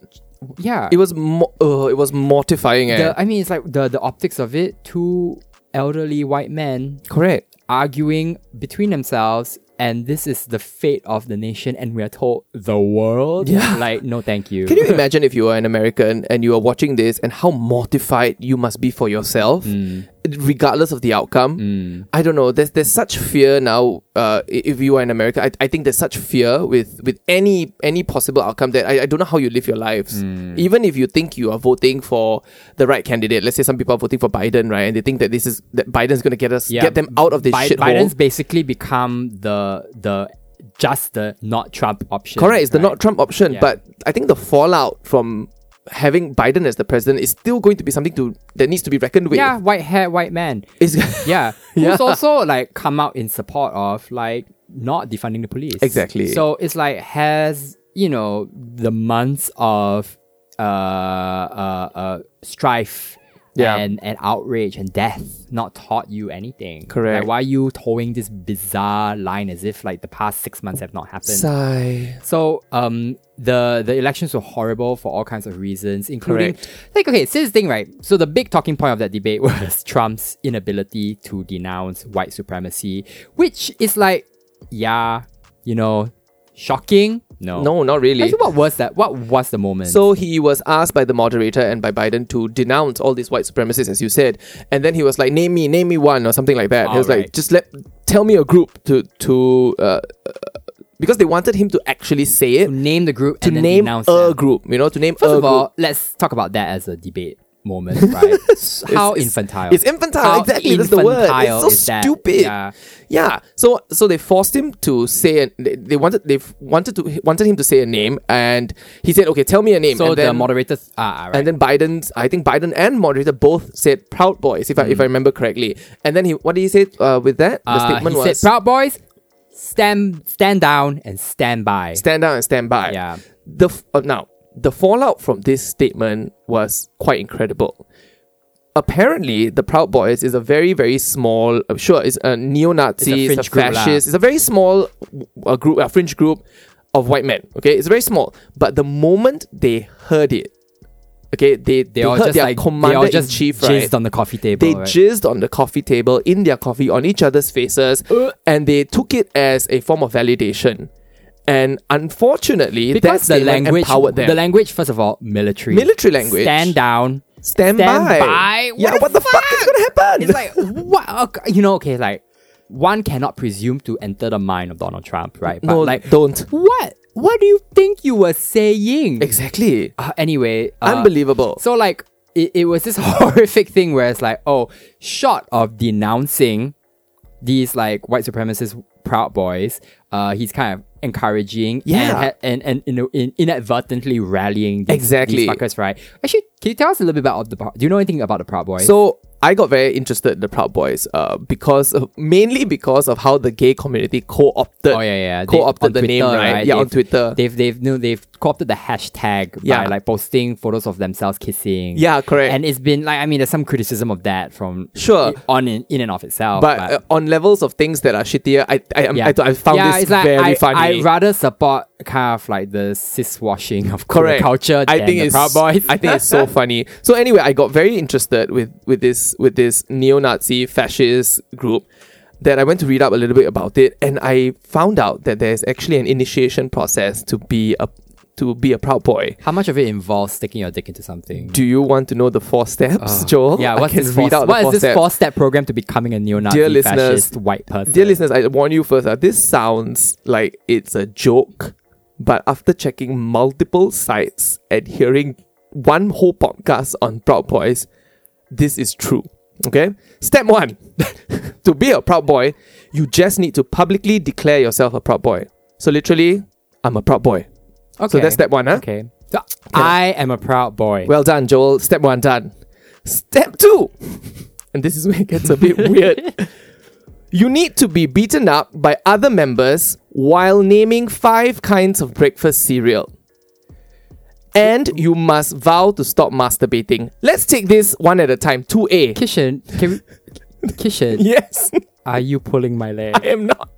yeah? It was mo- uh, it was mortifying. Eh? the, I mean, it's like the the optics of it. Two elderly white men Correct. arguing between themselves. And this is the fate of the nation, and we are told the world. Yeah. Like, no, thank you. Can you Mm. imagine if you are an American and you are watching this and how mortified you must be for yourself regardless of the outcome. I don't know. There's there's such fear now. Uh, i- if you are in America, I, I think there's such fear with with any any possible outcome that I, I don't know how you live your lives. Mm. Even if you think you are voting for the right candidate, let's say some people are voting for Biden, right, and they think that this is that Biden's going to get us Yeah. get them out of this Bi- shithole. Biden's basically become the the just the not Trump option. Correct, it's the right? not Trump option, Yeah. but I think the fallout from having Biden as the president is still going to be something to that needs to be reckoned with. Yeah, white hair, white man. It's- Yeah. Yeah. Who's also like come out in support of like not defunding the police. Exactly. So it's like has, you know, the months of uh uh, uh strife Yeah. and, and outrage and death not taught you anything. Correct. Like why are you towing this bizarre line as if like the past six months have not happened? Sigh. So um the the elections were horrible for all kinds of reasons, including like okay, so this thing, right? So the big talking point of that debate was Trump's inability to denounce white supremacy, which is like, yeah, you know, shocking. No. No, not really. Actually, what was that? What was the moment? So he was asked by the moderator and by Biden to denounce all these white supremacists, as you said, and then he was like, "Name me, name me one," or something like that. he was like, Alright. "Just let tell me a group to to." Uh, uh, because they wanted him to actually say it, to name the group to and then name a denounce them. group, you know, to name First a of all, group. let's talk about that as a debate moment, right? How it's- infantile. It's infantile, How exactly. That's the word. infantile It's so is that? stupid. Yeah. Yeah. So so they forced him to say. A, they, they wanted they wanted to wanted him to say a name, and he said, "Okay, tell me a name." So and the then- moderators ah, right. And then Biden's, I think Biden and moderator both said Proud Boys, if I if I remember correctly. And then he, what did he say uh, with that? The Hmm. Uh, statement he was said, "Proud Boys, stand stand down and stand by." "Stand down and stand by." Yeah. The f- uh, now the fallout from this statement was quite incredible. Apparently, the Proud Boys is a very very small. I'm sure it's a neo-Nazi, It's a it's a, fringe group lah. fascist, it's a very small uh, group, a fringe group of white men. Okay, it's very small. But the moment they heard it, okay, they they, They all heard just their like they commander all just in chief, jizzed right? on the coffee table. They right? jizzed on the coffee table, in their coffee, on each other's faces, and they took it as a form of validation. And unfortunately, because that's the language, empowered them. the language, first of all, military, Military language. stand down. stand stand, by. by. What yeah, the what the fuck? is gonna happen? It's like what okay, you know? Okay, like one cannot presume to enter the mind of Donald Trump, right? But no, like, don't. what? What do you think you were saying? Exactly. Uh, anyway, uh, Unbelievable. So like it, it was this horrific thing where it's like, oh, short of denouncing these like white supremacist proud boys, uh, he's kind of encouraging and, Yeah. ha- and and you know in, inadvertently rallying these, Exactly. these fuckers, right? Actually, can you tell us a little bit about the Prou- do you know anything about the Proud Boys? So I got very interested in the Proud Boys uh, because of, mainly because of how the gay community co-opted Oh yeah, yeah. They- on co-opted the name Twitter, right, yeah on They've- Twitter They've they've no, they've co-opted the hashtag Yeah. by like posting photos of themselves kissing. Yeah, correct. And it's been like I mean, there's some criticism of that from Sure. i- on in, in and of itself. but uh, on levels of things that are shittier I I, am I, I found yeah, this it's like very I, funny I rather support kind of like the cis washing of Korean correct culture. I than think the it's Proud Boys. I think it's so funny. So anyway, I got very interested with with this with this neo-Nazi fascist group that I went to read up a little bit about it, and I found out that there's actually an initiation process to be a to be a proud boy. How much of it involves sticking your dick into something? Do you want to know the four steps, Joel? Ah. yeah, Oh, I what's can this read four, out the what is four this steps. four-step program to becoming a neo-Nazi Dear listeners- fascist white person? Dear listeners, I warn you first. Uh, this sounds like it's a joke, but after checking multiple sites and hearing one whole podcast on Proud Boys, this is true. Okay? Step one to be a Proud Boy, you just need to publicly declare yourself a Proud Boy. So, literally, I'm a Proud Boy. okay. So, that's step one, huh? Okay. So, I am a proud boy. Well done, Joel. Step one done. Step two, and this is where it gets a bit weird. You need to be beaten up by other members while naming five kinds of breakfast cereal. And you must vow to stop masturbating. Let's take this one at a time. 2A. Kishan, can we, Kishan, Yes, are you pulling my leg? I am not.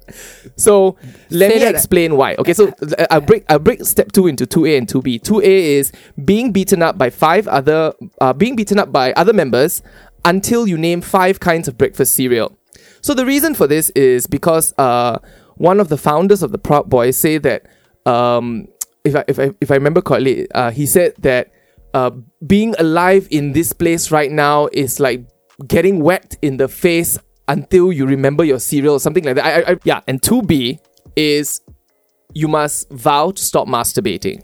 So let Say me that- explain why. Okay, so uh, I'll break I'll break step two into two A and two B. Two A is being beaten up by five other uh, being beaten up by other members until you name five kinds of breakfast cereal. So the reason for this is because uh, one of the founders of the Proud Boys say that um, if I if I if I remember correctly, uh, he said that uh, being alive in this place right now is like getting whacked in the face until you remember your cereal or something like that. I, I, I, yeah, and 2B is you must vow to stop masturbating.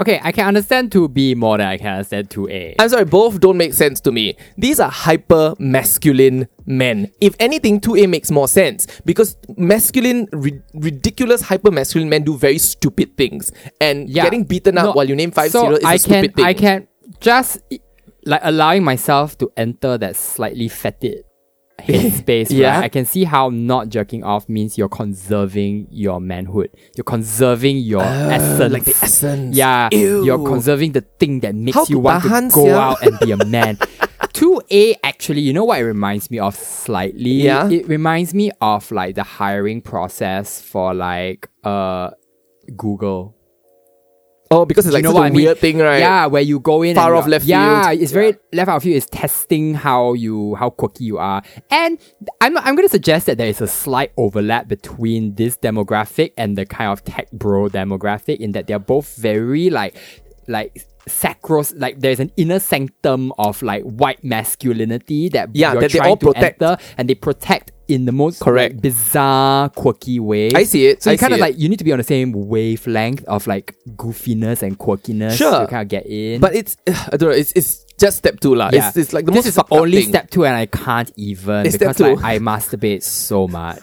Okay, I can understand 2B more than I can understand 2A. I'm sorry, both don't make sense to me. These are hyper masculine men. If anything, 2A makes more sense because masculine, ri- ridiculous hyper masculine men do very stupid things. And Yeah. getting beaten up No, while you name 5 so cereal is a I stupid can, thing. I can just like allowing myself to enter that slightly fetid headspace. Yeah. right? I can see how not jerking off means you're conserving your manhood. You're conserving your essence. Oh, like the essence. Yeah, Ew. you're conserving the thing that makes How you want to tahan go sia. out and be a man. 2A actually, you know what it reminds me of slightly? Yeah. It reminds me of like the hiring process for like uh Google. Oh, because it's You like know such what a I mean? weird thing, right? Yeah, where you go in Far and off you're- left yeah, field. it's very left out of you. It's testing how you how quirky you are, and I'm I'm going to suggest that there is a slight overlap between this demographic and the kind of tech bro demographic in that they're both very like like sacros like there's an inner sanctum of like white masculinity that Yeah, you're that they trying all to protect. enter, and they protect in the most Correct. bizarre quirky way I see it. so I you kind see of it. like you need to be on the same wavelength of like goofiness and quirkiness Sure. to kind of get in. But it's, I don't know, it's, it's just step two, lah. It's, it's like the this most is the fucked up only thing. step two, and I can't even It's step because like two. I masturbate so much.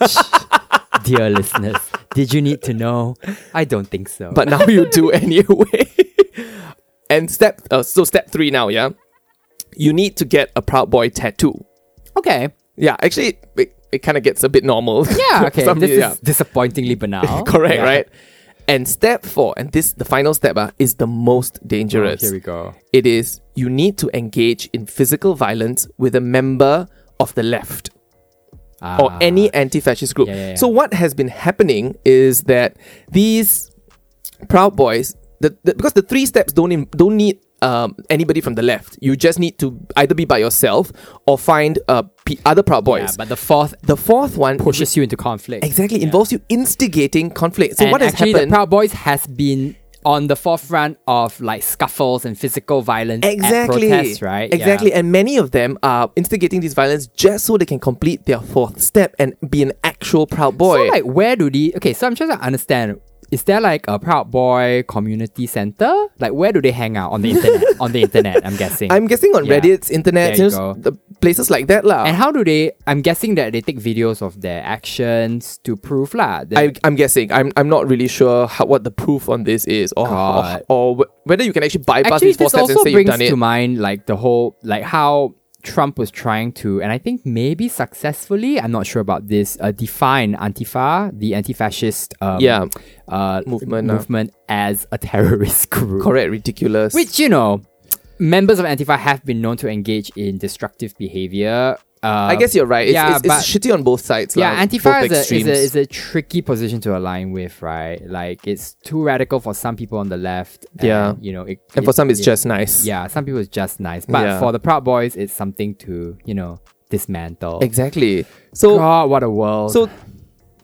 Dear listeners, did you need to know? I don't think so. but now you do anyway. and step uh, so step three now, yeah. You need to get a Proud Boy tattoo. okay, Yeah, actually, it, it kind of gets a bit normal. yeah, okay. Some- this yeah. is disappointingly banal. correct, Yeah. Oh, right? And step four, and this the final step uh, is the most Oh, dangerous. here we go. It is you need to engage in physical violence with a member of the left. or Ah. any anti-fascist group. Yeah, yeah, yeah. So what has been happening is that these Proud Boys, the, the, because the three steps don't im- don't need um, anybody from the left. You just need to either be by yourself or find uh, pe other Proud Yeah, Boys. but the fourth the fourth one pushes you into conflict. exactly involves you instigating conflict. So and what has actually, happened? the Proud Boys has been on the forefront of like scuffles and physical violence Exactly. at protests, right? Yeah. Exactly. And many of them are instigating these violence just so they can complete their fourth step and be an actual proud boy. So like, where do the okay? So I'm trying to understand. Is there like a Proud Boy community center? Like, where do they hang out on the internet? on the internet, I'm guessing. I'm guessing on Yeah. Reddit's internet, There you you know, go. the places like that, lah. and how do they? I'm guessing that they take videos of their actions to prove lah. that- I, I'm guessing. I'm, I'm not really sure how, what the proof on this is, or, or, God. or wh- whether you can actually bypass Actually, these four this steps and also say you've brings done to it. mind like the whole like how Trump was trying to, and I think maybe successfully, I'm not sure about this, uh, define Antifa, the anti-fascist um, Yeah. uh, Movement, uh. movement as a terrorist group. Correct, ridiculous. Which, you know, members of Antifa have been known to engage in destructive behavior. Uh, I guess you're right. It's, yeah, it's, it's shitty on both sides. yeah, lah, Antifa is a, is, both a, extremes. is a tricky position to align with, right? Like, it's too radical for some people on the left. and, Yeah. You know, it, and for it- some, it's it- just nice. yeah, some people it's just nice. But Yeah. for the Proud Boys, it's something to, you know, dismantle. Exactly. So, God, what a world. so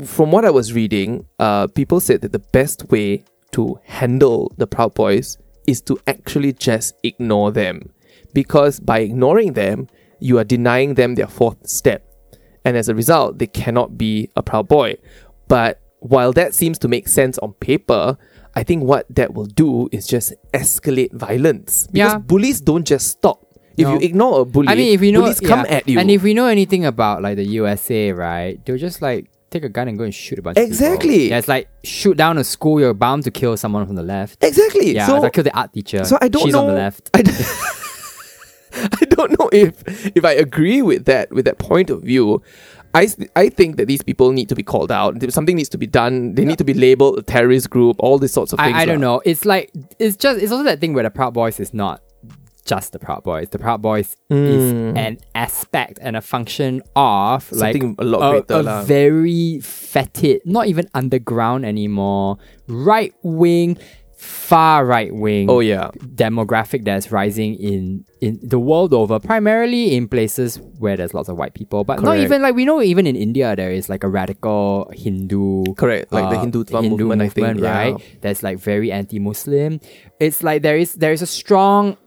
from what I was reading, uh, people said that the best way to handle the Proud Boys is to actually just ignore them. Because by ignoring them, you are denying them their fourth step. And as a result, they cannot be a Proud Boy. But while that seems to make sense on paper, I think what that will do is just escalate violence. Because Yeah. bullies don't just stop. If No. you ignore a bully, I mean, if you know, bullies come yeah, at you. And if we know anything about like the USA, right, they'll just like take a gun and go and shoot a bunch of people. Exactly. Yeah, it's like shoot down a school, you're bound to kill someone from the left. exactly. Yeah, so it's like kill the art teacher. So I don't She's know. on the left. I, d- I don't know if if I agree with that with that point of view. I, s- I think that these people need to be called out. Th- Something needs to be done. They need to be labeled a terrorist group. All these sorts of things. I, I don't lah. know. It's like it's just it's also that thing where the Proud Boys is not just the Proud Boys. The Proud Boys is an aspect and a function of Hmm. Something like a lot greater a lah. very fetid, not even underground anymore, right wing, far right wing. Oh yeah, demographic that's rising in in the world over primarily in places where there's lots of white people but not Correct. even like we know even in india there is like a radical hindu Correct, like the Hindutva movement, I think, Ah, Uh, movement, yeah. right that's like very anti-muslim it's like there is there is a strong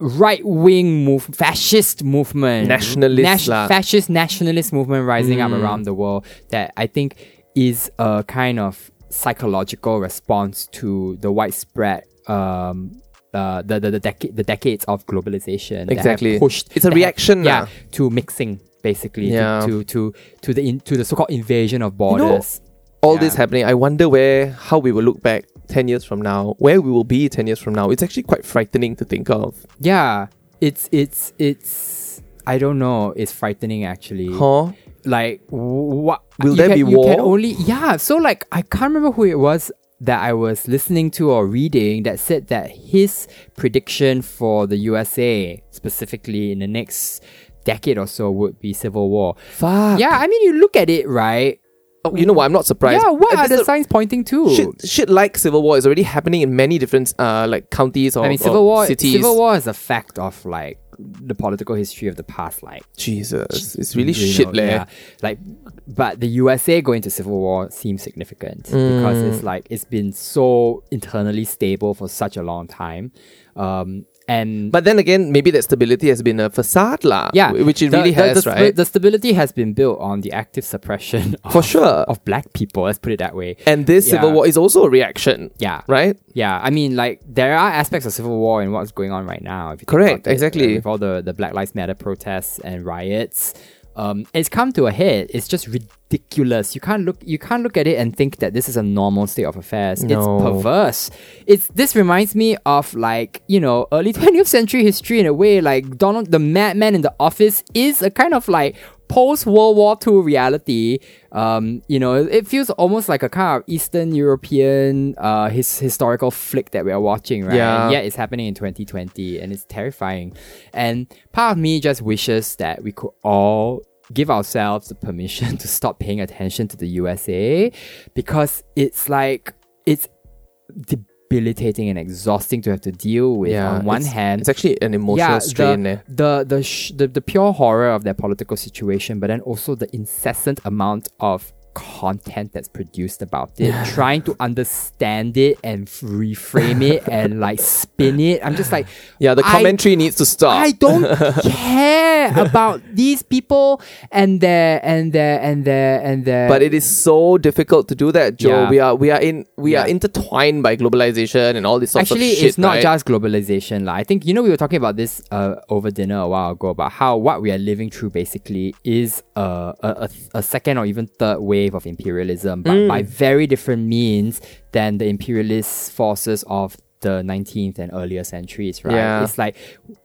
right wing move, fascist movement, Nationalist lah. Mm. fascist nationalist movement rising up around the world that I think is a kind of psychological response to the widespread. Um, uh, the the the, decade the decades of globalization that have Exactly. pushed It's a that have- reaction yeah lah. to mixing basically to- Yeah. to, to to the in, to the so called invasion of know, borders all Yeah. this happening, I wonder where how we will look back ten years from now, where we will be ten years from now. It's actually quite frightening to think of. Yeah, it's it's it's. I don't know. It's frightening actually. Huh? Like what? Will there can, be You can war? only yeah. So like I can't remember who it was that I was listening to or reading that said that his prediction for the USA specifically in the next decade or so would be civil war. Fuck. Yeah, I mean you look at it right. Oh, you know what? I'm not surprised. Yeah, what Uh, are this the is- signs pointing to? Shit, shit like civil war is already happening in many different uh like counties or, I mean, or civil war. oh, cities. Civil war is a fact of like the political history of the past, like Jesus, it's really you shit, know, leh. yeah. Like, but the USA going to civil war seems significant because Mm. it's like it's been so internally stable for such a long time, um, and But then again, maybe that stability has been a facade, lah. yeah, wh- which it the- really the- has, the, right? The stability has been built on the active suppression of, For sure. of black people. Let's put it that way. and this civil Yeah. war is also a reaction, Yeah. right? Yeah, I mean, like there are aspects of civil war in what's going on right now. If you think Correct, about it, exactly. uh, with all the, the Black Lives Matter protests and riots, um, it's come to a head. It's just ridiculous. You can't look. You can't look at it and think that this is a normal state of affairs. No. It's perverse. It's this reminds me of like you know early twentieth century history in a way. Like Donald, the madman in the office, is a kind of like post World War II reality. Um, you know, it feels almost like a kind of Eastern European uh his historical flick that we are watching, right? Yeah. And yet it's happening in 2020 and it's terrifying. And part of me just wishes that we could all give ourselves the permission to stop paying attention to the USA because it's like it's debilitating and exhausting to have to deal with on one it's- hand it's actually an emotional strain. eh. the, the the sh- the the pure horror of their political situation, but then also the incessant amount of content that's produced about it, trying to understand it and f- reframe it and like spin it. I'm just like, Yeah, the I- commentary needs to stop. I don't care about these people and their and their and their and their. but it is so difficult to do that, Joe. Yeah. We are we are in we are Yeah. intertwined by globalization and all this sorts Actually, of shit. it's not right? just globalization. Like, I think, you know, we were talking about this uh, over dinner a while ago about how what we are living through basically is uh, a, a, a second or even third wave of imperialism, but Mm. by very different means than the imperialist forces of the 19th and earlier centuries, right? Yeah. It's like,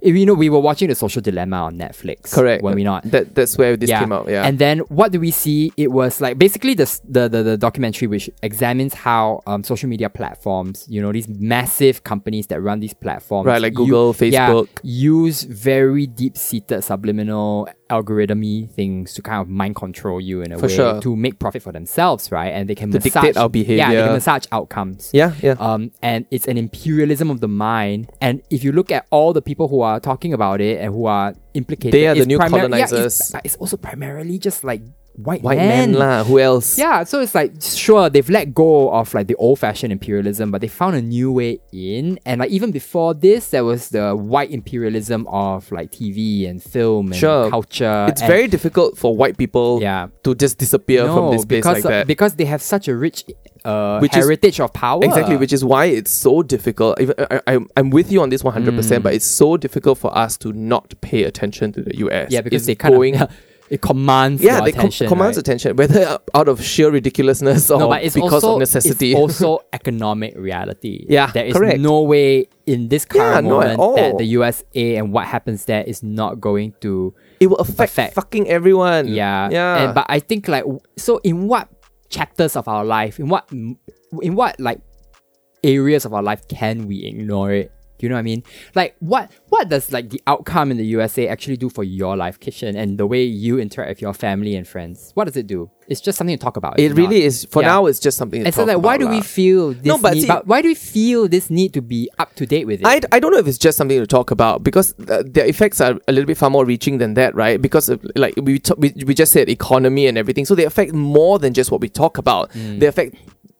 if you know, we were watching The Social Dilemma on Netflix. correct. Were we not? That that's where this came out. Yeah, And then what do we see? It was like basically the s- the the, the documentary which examines how um, social media platforms, you know, these massive companies that run these platforms, Right, like u- Google, yeah, Facebook. use very deep seated subliminal algorithmy things to kind of mind control you in a For way sure. to make profit for themselves, right? And they can To massage, dictate our Yeah, they behavior. can massage outcomes. yeah, yeah. Um, and it's an imperialism of the mind. And if you look at all the people who are talking about it and who are implicated, They are the it's new primar- yeah, colonizers. it's, but it's also primarily just like white, White men. man lah. Who else? Yeah, so it's like sure they've let go of like the old-fashioned imperialism, but they found a new way in. And like even before this, there was the white imperialism of like TV and film and Sure. culture. It's and- very difficult for white people yeah. to just disappear No, from this place because uh, like that. because they have such a rich uh, Which is- heritage of power. Exactly, which is why it's so difficult. Even, I, I, I'm- I'm with you on this 100%, Mm. but it's so difficult for us to not pay attention to the US. Yeah, because It's they kind going, of it commands yeah, your they com- attention, commands right? attention, whether out of sheer ridiculousness or No, but it's because also of necessity. It's also economic reality. Yeah, there is correct. no way in this Yeah, current not at moment that all. the USA and what happens there is not going to. it will affect, affect- fucking everyone. Yeah, yeah. And, but I think like w- so in what chapters of our life, in what m- in what like areas of our life can we ignore it? You know what I mean? Like what what does like the outcome in the USA actually do for your life, Kitchen, and the way you interact with your family and friends? What does it do? It's just something to talk about. it it's not- really is. For yeah. now, it's just something. To And so, talk like, why about do we lah. feel this? No, but need, see- but why do we feel this need to be up to date with it? I, I don't know if it's just something to talk about because uh, the effects are a little bit far more reaching than that, right? Because of, like Mm. we, t- we we just said economy and everything, so they affect more than just what we talk about. They affect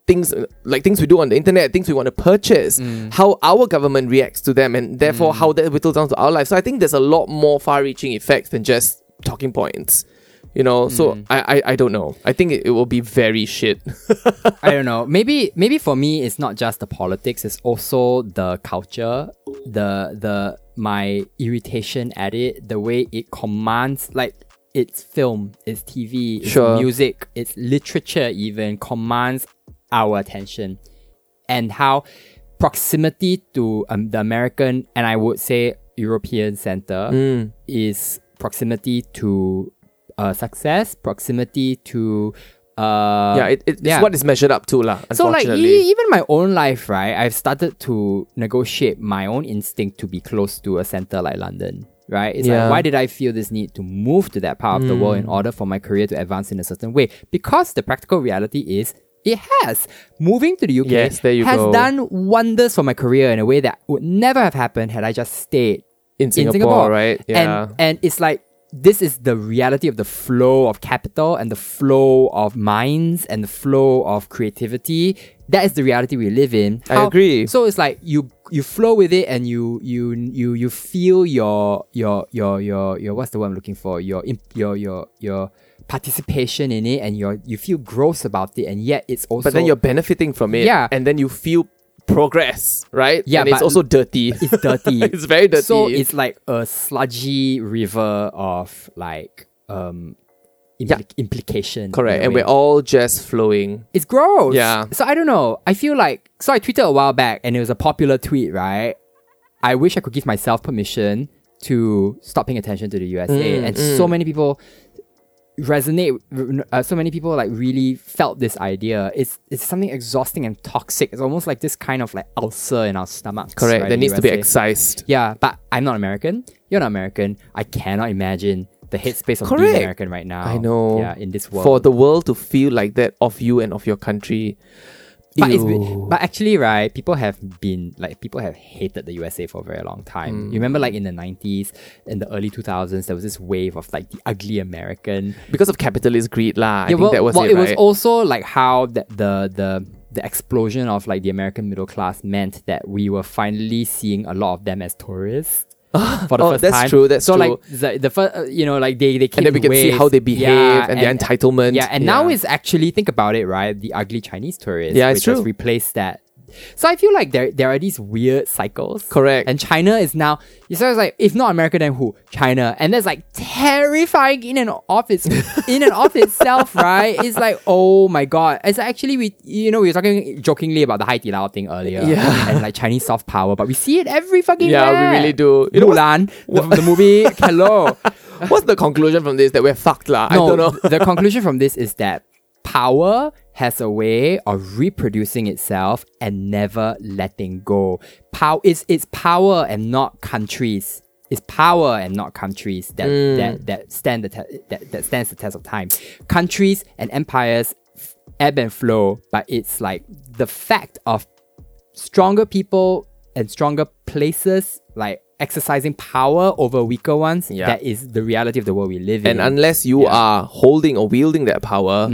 things uh, like things we do on the internet, things we want to purchase, Mm. how our government reacts to them, and therefore how that whittles down to our life. So I think there's a lot more far-reaching effects than just talking points. You know, so Mm. I, I I don't know. I think it, it will be very shit. Uh, I don't know. Maybe maybe for me it's not just the politics, it's also the culture, the the my irritation at it, the way it commands like it's film, it's TV, it's Sure. music, it's literature even commands our attention. And how proximity to um, the American and I would say European center Mm. is proximity to uh, success, proximity to uh, yeah, it, it, it's yeah. what it's measured up to, lah. so like Unfortunately, e- even my own life, right? I've started to negotiate my own instinct to be close to a center like London, right? It's Yeah. Hmm. like why did I feel this need to move to that part of the world in order for my career to advance in a certain way? Because the practical reality is it has moving to the UK Yes, there you has go. done wonders for my career in a way that would never have happened had I just stayed in, Singapore, right? Yeah. and and it's like this is the reality of the flow of capital and the flow of minds and the flow of creativity. That is the reality we live in. I agree. So it's like you you flow with it and you you you you feel your your your your your what's the word I'm looking for? Your imp- your your your participation in it and your you feel gross about it and yet it's also but then you're benefiting from it. Yeah. And then you feel progress, right? Yeah, And it's but- also dirty. it's dirty. It's very dirty. So it's like a sludgy river of like um impli- implication. correct. in a And way. we're all just flowing. it's gross. Yeah. So I don't know. I feel like so I tweeted a while back and it was a popular tweet, right? I wish I could give myself permission to stop paying attention to the USA Mm, and so many people resonate uh, so many people like really felt this idea it's it's something exhausting and toxic it's almost like this kind of like ulcer in our stomachs Correct. right, there the needs to be USA. excised. Yeah, but I'm not American. You're not American. I cannot imagine the headspace of Correct. being American right now. I know. Yeah, in this world. For the world to feel like that of you and of your country. but, it's Ew. been, but actually, right, people have been like people have hated the USA for a very long Mm. time. You remember, like in the 90s, in the early 2000s, there was this wave of like the ugly American. because of capitalist greed, lah. I think well, that was well, it, was right? also like how the, the the the explosion of like the American middle class meant that we were finally seeing a lot of them as tourists. For the Oh, first that's time. true, that's so true. like the, the first, uh, you know, like they they came and then we in can see waves. how they behave Yeah, and, their entitlement. yeah, and now it's actually think about it, right? The ugly Chinese tourists. Yeah, which it's has true. replaced that. So I feel like there there are these weird cycles. Correct. And China is now it's always like if not America then who? China. And that's like terrifying in and of its in and of itself, right? It's like, oh my god. It's actually we you know, we were talking jokingly about the Hai Di Lao thing earlier. Yeah. And like Chinese soft power, but we see it every fucking Yeah, we where. really do. You know what's- Mulan, the, the movie Hello. What's the conclusion from this? That we're fucked, lah. I don't know. th- the conclusion from this is that power has a way of reproducing itself and never letting go. Pow- it's, it's power and not countries. It's power and not countries that Mm. that, that stand the te- that, that stands the test of time. Countries and empires f- ebb and flow, but it's like the fact of stronger people and stronger places like exercising power over weaker ones Yeah. that is the reality of the world we live And in unless you Yeah. Mm. are holding or wielding that power,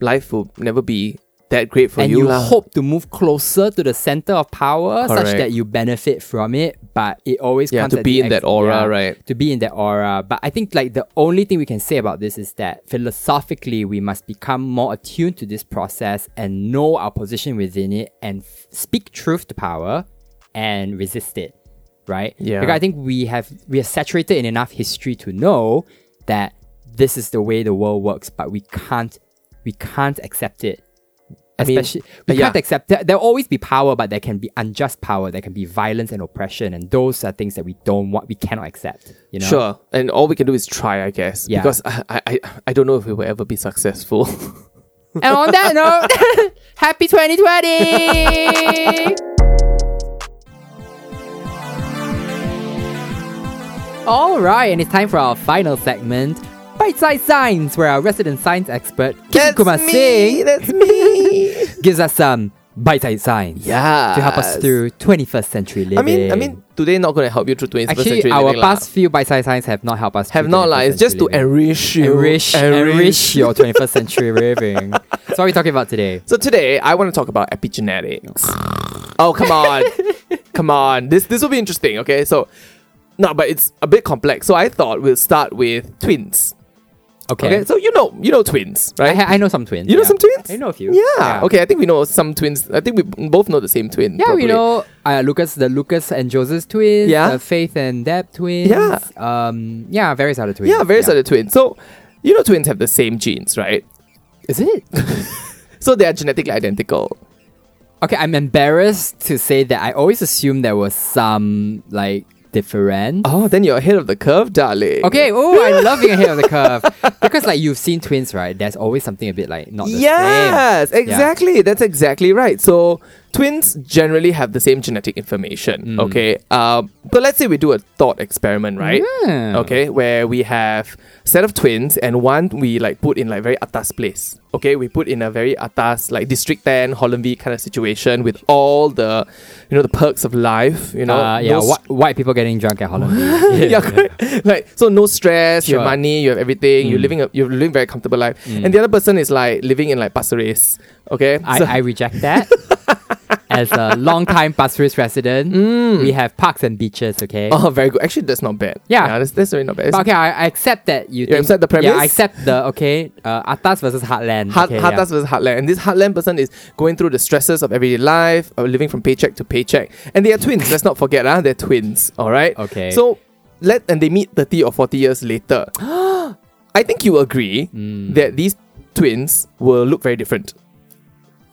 life will never be that great for and you. you lah. hope to move closer to the center of power Correct. such that you benefit from it but it always Yeah, comes to at be the in that aura, right. to be in that aura but i think like the only thing we can say about this is that philosophically we must become more attuned to this process and know our position within it and f- speak truth to power and resist it right Yeah. because i think we have we are saturated in enough history to know that this is the way the world works but we can't we can't accept it mean, especially we yeah. can't accept that there'll always be power but there can be unjust power there can be violence and oppression and those are things that we don't want we cannot accept you know Sure, and all we can do is try, I guess. Yeah. Because I, I, I- I don't know if we will ever be successful. and on that note happy 2020 all right and it's time for our final segment bite size science where our resident science expert Kitty Kumar Singh That's me. gives us some bite-sized signs Yeah. to help us through 21st century living. I mean, I mean, today not going to help you through 21st actually, century our living lah. past few bite-sized signs have not helped us. have through not like 21st it's just to century enrich you, living. enrich, enrich, your 21st century living. That's what we're talking about today. So today I want to talk about epigenetics. oh come on, come on. This this will be interesting. Okay, so no, but it's a bit complex. So I thought we'll start with twins. Okay. Okay, so you know you know twins, I, right? ha- I know some twins. you know yeah. some twins. I know a few. Yeah. Okay, I think we know some twins. I think we b- both know the same twin. Yeah, probably. we know uh, Lucas, the Lucas and Joseph twins. Yeah. the Faith and Deb twins. Yeah. um, yeah, various other twins. Yeah, various other twins. So you know twins have the same genes, right? Is it So they are genetically identical. okay? I'm embarrassed to say that I always assumed there was some like different. Oh, then you're ahead of the curve, darling. Okay. Oh, I love being ahead of the curve because like you've seen twins, right? There's always something a bit like not the same. Yes, exactly. That's exactly right. So twins generally have the same genetic information. Mm. Okay. Uh, but let's say we do a thought experiment, right? Yeah. Okay, where we have set of twins and one we like put in like very atas place. Okay, we put in a very atas like District Ten, Holland V kind of situation with all the, you know, the perks of life. You know, Uh, yeah. no s- whi- white people getting drunk at Holland. yeah, correct. Like so, no stress. You Sure. have Mm. money. You have everything. You're living a you're living very comfortable life. And the other person is like living in like Pasir Ris. Okay, I, So- I reject that. As a long-time Pasir Ris resident, we have parks and beaches. Okay. Mm. oh, very good. Actually, that's not bad. Yeah. that's that's really not bad. It's But okay, I, I accept that you. You think- accept the Yeah, premise? I accept the okay. Uh, atas versus heartland. Hard, okay, hard yeah. task versus heartland. And this heartland person is going through the stresses of everyday life, or living from paycheck to paycheck. And they are twins. Let's not forget, ah, they're twins. All right. Okay. So let and they meet 30 or 40 years later. I think you agree Mm. that these twins will look very different.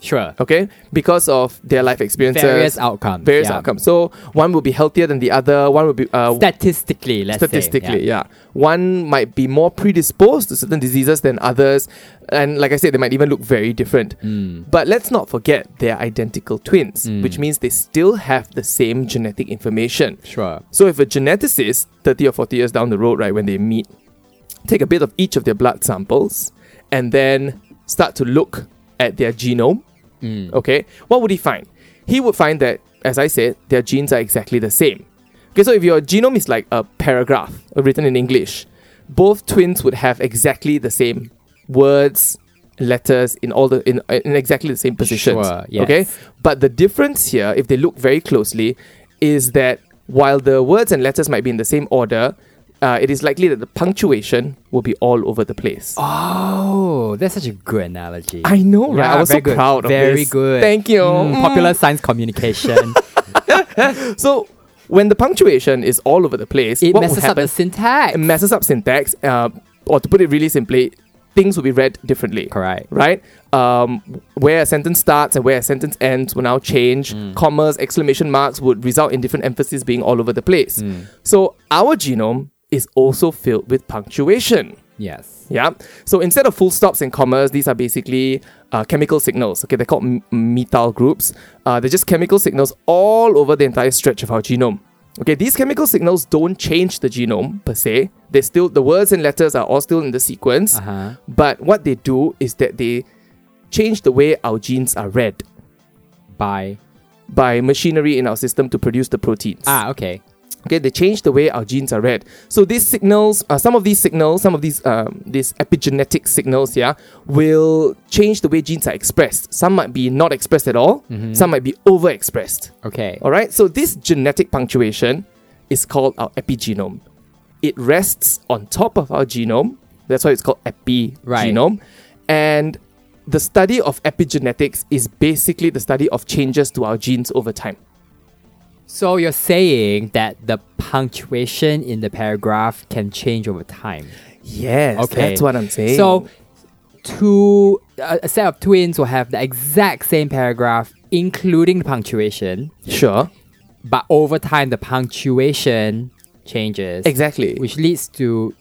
sure. Okay? Because of their life experiences. Various outcomes. various yeah. outcomes. So one will be healthier than the other. One will be uh, Statistically, let's statistically, say. yeah. One might be more predisposed to certain diseases than others, and like I said, they might even look very Mm. different. But let's not forget they're identical twins, which means they still have the same genetic information. Sure. So if a geneticist, 30 or 40 years down the road, right, when they meet, take a bit of each of their blood samples and then start to look at their genome, Mm. okay, what would he find? He would find that, as I said, their genes are exactly the same. Okay, so if your genome is like a paragraph uh, written in English, both twins would have exactly the same words, letters in all the in, in exactly the same positions. Sure, yes. Okay, but the difference here, if they look very closely, is that while the words and letters might be in the same order, uh, it is likely that the punctuation will be all over the place. Oh, that's such a good analogy. I know, right? Yeah, I was so very good. proud of Very this. good. Thank you. Mm, Mm. Popular science communication. So when the punctuation is all over the place, it what Mm. messes would up happen? the syntax. it messes up syntax, uh, or to put it really simply, things will be read differently. Correct. Right? Um, where a sentence starts and where a sentence ends will now change. Mm. Commas, exclamation marks would result in different emphasis being all over the place. Mm. So our genome is also filled with punctuation. Yes. Yeah. So instead of full stops and commas, these are basically uh, chemical signals. Okay, they're called m- methyl groups. Uh, they're just chemical signals all over the entire stretch of our genome. Okay, these chemical signals don't change the genome per se. They still the words and letters are all still in the sequence, Uh huh. but what they do is that they change the way our genes are read Bye. by machinery in our system to produce the proteins. Ah, okay. Okay, they change the way our genes are read. So these signals, uh, some of these signals, some of these um, these epigenetic signals, yeah, will change the way genes are expressed. Some might be not expressed at all. Some might be overexpressed. Okay. All right. So this genetic punctuation is called our epigenome. It rests on top of our genome. That's why it's called epigenome. Right. And the study of epigenetics is basically the study of changes to our genes over time. So you're saying that the punctuation in the paragraph can change over time. Yes, Okay. that's what I'm saying. So, two a a set of twins will have the exact same paragraph, including the punctuation, sure. but over time the punctuation changes, Exactly. which leads to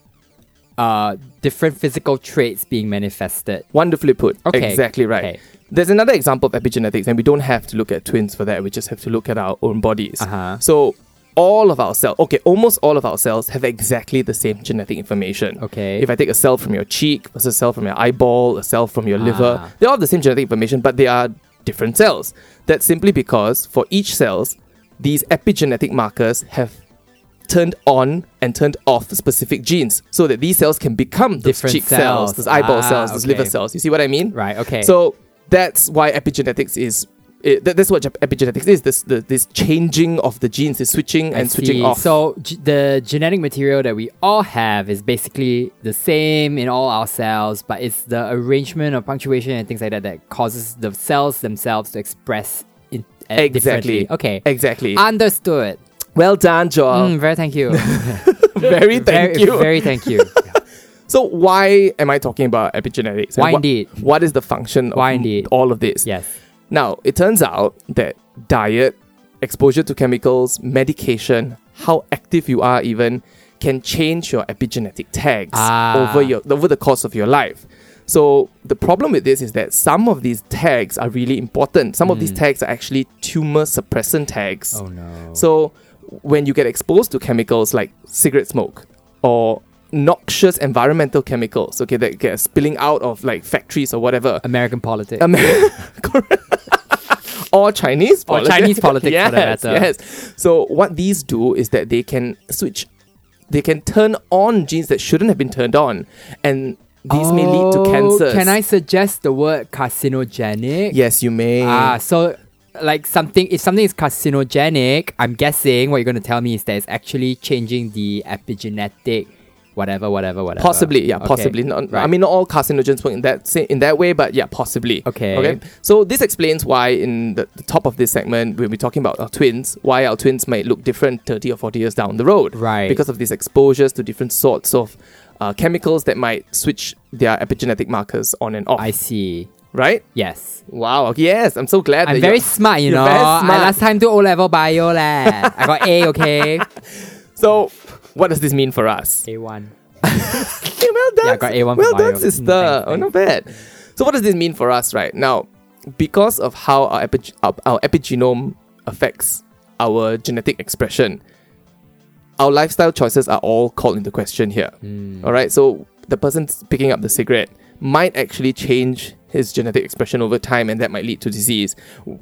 uh, different physical traits being manifested. Wonderfully put. Okay. Exactly right. Okay. There's another example of epigenetics, and we don't have to look at twins for that. We just have to look at our own bodies. Uh-huh. So all of our cells, okay, almost all of our cells have exactly the same genetic information. Okay. If I take a cell from your cheek versus a cell from your eyeball, a cell from your Ah. liver, they're all the same genetic information, but they are different cells. That's simply because for each cells, these epigenetic markers have turned on and turned off specific genes so that these cells can become those Different cheek cells. cells, those eyeball Ah, cells, those liver okay. cells. You see what I mean? Right, okay. So that's why epigenetics is. It, that- that's what ge- epigenetics is. This the, this changing of the genes, this switching I and switching see. off. So g- the genetic material that we all have is basically the same in all our cells, but it's the arrangement of punctuation and things like that that causes the cells themselves to express it uh, exactly. differently. Okay. Exactly. uh, Understood. well done, Joel. Mm, very thank you. very thank very, you. Very thank you. So why am I talking about epigenetics? And Why what- indeed? What is the function of Why indeed? all of this? yes. Now, it turns out that diet, exposure to chemicals, medication, how active you are even can change your epigenetic tags Ah. over your over the course of your life. So the problem with this is that some of these tags are really important. Some of these tags are actually tumor suppressant tags. Hmm. Oh no. So when you get exposed to chemicals like cigarette smoke or noxious environmental chemicals, okay, that get spilling out of like factories or whatever, American politics. Amer- correct. or Chinese Or politics. Chinese politics, for that Yes, matter. Yes. So what these do is that they can switch, they can turn on genes that shouldn't have been turned on, and these may lead to Oh, cancer. Can I suggest the word carcinogenic? Yes, you may. Ah, so like something if something is carcinogenic, I'm guessing what you're gonna tell me is that it's actually changing the epigenetic whatever, whatever, whatever. Possibly, yeah, Okay, possibly. Not, I right. mean, not all carcinogens work in that sa- in that way, but yeah, possibly. Okay. Okay. So this explains why in the, the top of this segment we'll be talking about our twins, why our twins might look different thirty or forty years down the road, Right. Because of these exposures to different sorts of uh, chemicals that might switch their epigenetic markers on and off. I see. right? Yes. Wow. Yes, I'm so glad. I'm that very you're- smart, you you're know. very I smart. last time do O level bio leh. I got A, okay? So, what does this mean for us? A1. Okay, well done. Yeah, I got A1 for Well bio. done, sister. Mm, thanks, Oh, not bad. So, what does this mean for us, right? Now, because of how our, epi- our, our epigenome affects our genetic expression, our lifestyle choices are all called into question here. Hmm. All right. So, the person picking up the cigarette might actually change his genetic expression over time, and that might lead to disease.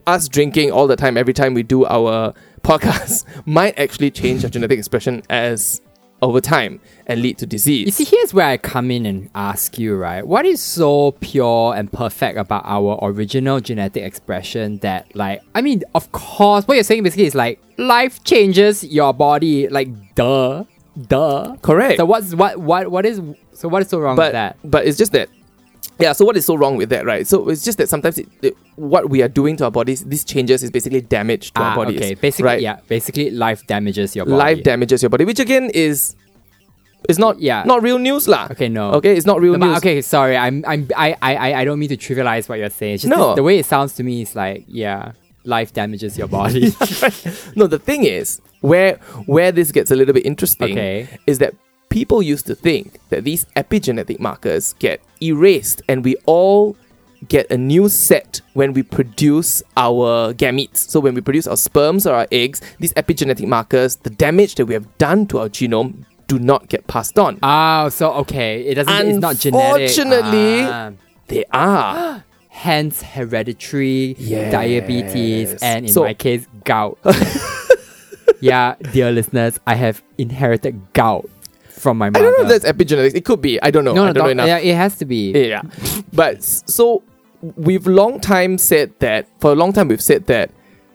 Us drinking all the time, every time we do our podcast, might actually change our genetic expression as over time and lead to disease. You see, here's where I come in and ask you, right? What is so pure and perfect about our original genetic expression that, like, I mean, of course, what you're saying basically is like life changes your body, like, duh, duh. Correct. So what's what what what is so what is so wrong but with that? but it's just that yeah so what is so wrong with that right so it's just that sometimes it, it- what we are doing to our bodies these changes is basically damage to Ah, our bodies okay, basically, right? yeah, basically, life damages your body. life damages your body which again is is not Yeah. not real news lah Okay, no. okay it's not real No, but- news okay, sorry. I'm, I'm, I, I, I- I don't mean to trivialize what you're saying. It's just No. the way it sounds to me is like, yeah, life damages your body. no the thing is where where this gets a little bit interesting Okay. is that people used to think that these epigenetic markers get erased and we all get a new set when we produce our gametes. So when we produce our sperms or our eggs, these epigenetic markers, the damage that we have done to our genome do not get passed on. Oh, so okay, it doesn't. It's not genetic. Unfortunately- Ah. They are. hence hereditary Yes. diabetes, and in So- my case, gout. yeah, dear listeners, I have inherited gout from my I mother. don't know if that's epigenetics. It could be. I don't know. no, I no, don't know doc- enough. yeah, it has to be. Yeah. But s- so we've long time said that for a long time we've said that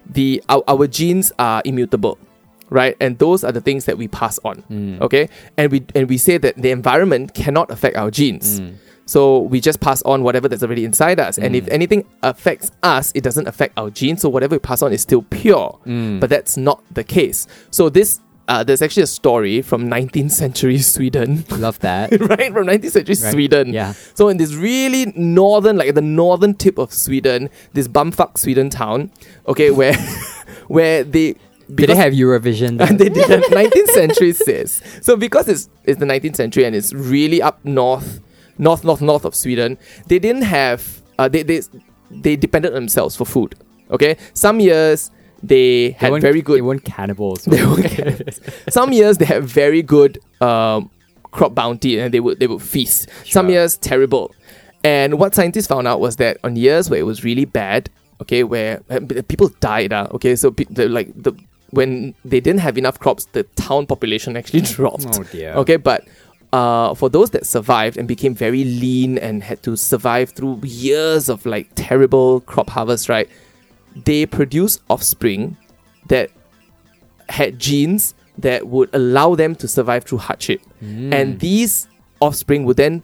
the our, our genes are immutable, right? And those are the things that we pass on. Mm. Okay? And we and we say that the environment cannot affect our genes. Mm. So we just pass on whatever that's already inside us. And Mm. if anything affects us, it doesn't affect our genes. So whatever we pass on is still pure. Mm. But that's not the case. So this uh, there's actually a story from 19th century Sweden Love that. right from 19th century Right. Sweden. Yeah. So in this really northern, like the northern tip of Sweden, this bumfuck Sweden town, okay, where where they Did because they have Eurovision? and they didn't. 19th century says so because it's it's the 19th century and it's really up north, north, north, north of Sweden. They didn't have uh, they they they depended on themselves for food. Okay, some years they They had weren't- very good They weren't cannibals. Oh, they won't get it. Some years they have very good um, crop bounty and they would they would feast. Some Sure. years terrible. And what scientists found out was that on years where it was really bad, okay, where uh, b- people died. Uh, okay, so pe- the, like the when they didn't have enough crops, the town population actually dropped. Oh, dear. Okay, but uh, for those that survived and became very lean and had to survive through years of like terrible crop harvest, right? They produce offspring that had genes that would allow them to survive through hardship. Hmm. Mm. And these offspring would then,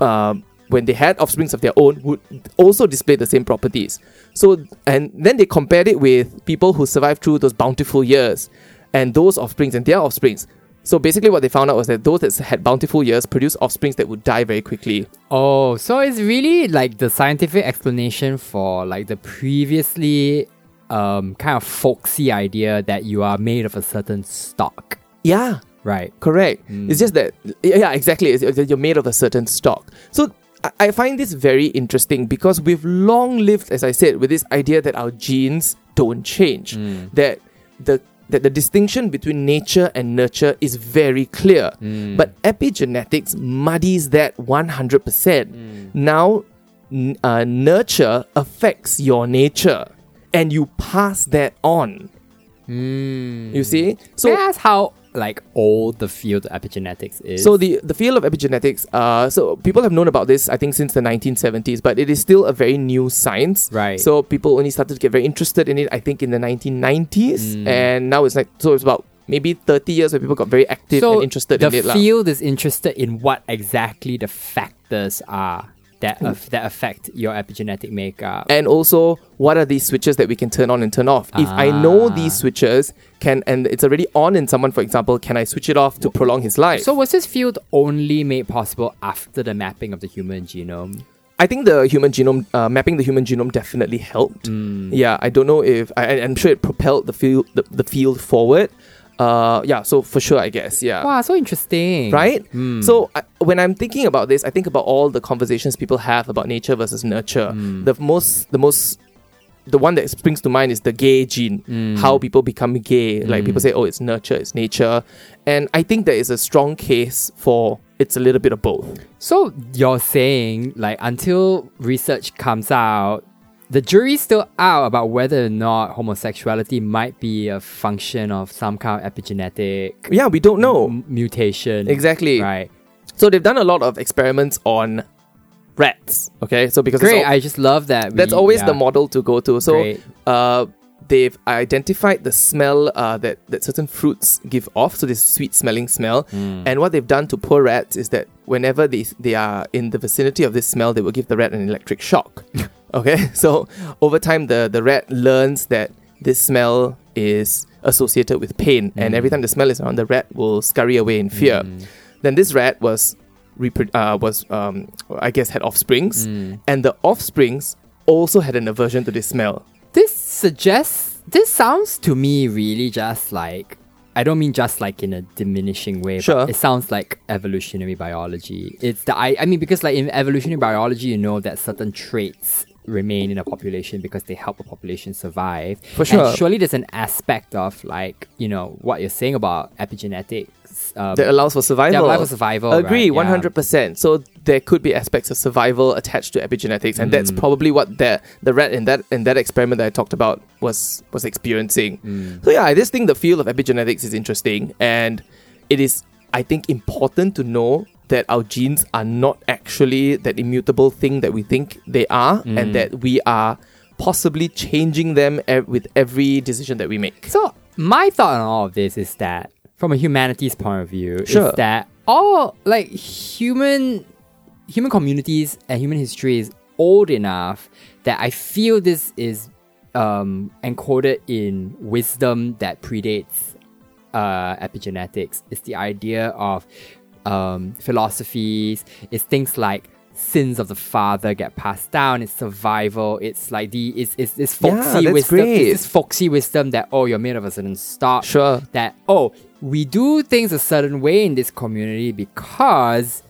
um, when they had offsprings of their own, would also display the same properties. So, and then they compared it with people who survived through those bountiful years and those offsprings and their offsprings. So basically, what they found out was that those that had bountiful years produced offsprings that would die very quickly. Oh, so it's really like the scientific explanation for like the previously um kind of folksy idea that you are made of a certain stock, Yeah, right? Correct. It's just that, yeah, yeah, exactly. It's- it's- you're made of a certain stock. So I- I find this very interesting because we've long lived, as I said, with this idea that our genes don't Mm. change, that the that the distinction between nature and nurture is very clear. Hmm. But epigenetics muddies that 100%. Hmm. Now, n- uh, nurture affects your nature and you pass that on. Hmm. You see? So that's how like old the field of epigenetics is. So the the field of epigenetics, uh, so people have known about this, I think, since the 1970s, but it is still a very new science. Right. So people only started to get very interested in it, I think, in the 1990s, Mm. and now it's like so it's about maybe 30 years where people got very active So and interested the in it. lah. field is interested in what exactly the factors are that Hmm. af- that affect your epigenetic makeup. and also what are these switches that we can turn on and turn off if i Ah. know these switches can and it's already on in someone for example can i switch it off to prolong his life so was this field only made possible after the mapping of the human genome? I think the human genome uh, mapping the human genome definitely helped. Mm. Yeah, I don't know if I, I- I'm sure it propelled the field the, the field forward. Uh, yeah, so for sure, I guess. Yeah. Wow, so interesting. Uh, Right? Mm. So, I, when I'm thinking about this, I think about all the conversations people have about nature versus nurture. Mm. The most, the most, the one that springs to mind is the gay gene, Mm. how people become gay. Like people say, oh, it's nurture, it's nature. And I think there is a strong case for it's a little bit of both. So you're saying like until research comes out, the jury's still out about whether or not homosexuality might be a function of some kind of epigenetic Yeah, we don't know. m- mutation. Exactly. Mm. Right. So they've done a lot of experiments on rats. Okay, so because it's Great. al- I just love that. we- that's always yeah. the model to go to. So Great. uh, they've identified the smell uh, that that certain fruits give off. So this sweet smelling smell. And what they've done to poor rats is that whenever they they are in the vicinity of this smell, they will give the rat an electric shock. okay, so over time the the rat learns that this smell is associated with pain, and every time the smell is around, the rat will scurry away in fear. Then this rat was, repro- uh, was um, I guess had offsprings, and the offsprings also had an aversion to this smell. This suggests. This sounds to me really just like. I don't mean just like in a diminishing way. Sure. But it sounds like evolutionary biology. It's the I. I mean, because like in evolutionary biology, you know that certain traits remain in a population because they help a population survive. For sure. And surely there's an aspect of like you know what you're saying about epigenetics. Um, That allows for survival. allows for survival, Agree, right, yeah. one hundred percent. So there could be aspects of survival attached to epigenetics, and Mm. that's probably what the the rat in that in that experiment that I talked about was was experiencing. Mm. So yeah, I just think the field of epigenetics is interesting, and it is I think important to know that our genes are not actually that immutable thing that we think they are, Mm. and that we are possibly changing them ev- with every decision that we make. So my thought on all of this is that, from a humanities point of view, Sure. is that all like human human communities and human history is old enough that I feel this is um, encoded in wisdom that predates uh, epigenetics. It's the idea of um, philosophies. It's things like sins of the father get passed down. It's survival. It's like the it's it's, it's Yeah, folksy that's wisdom. It's great. this folksy wisdom that oh you're made of a certain stock Sure. that oh we do things a certain way in this community because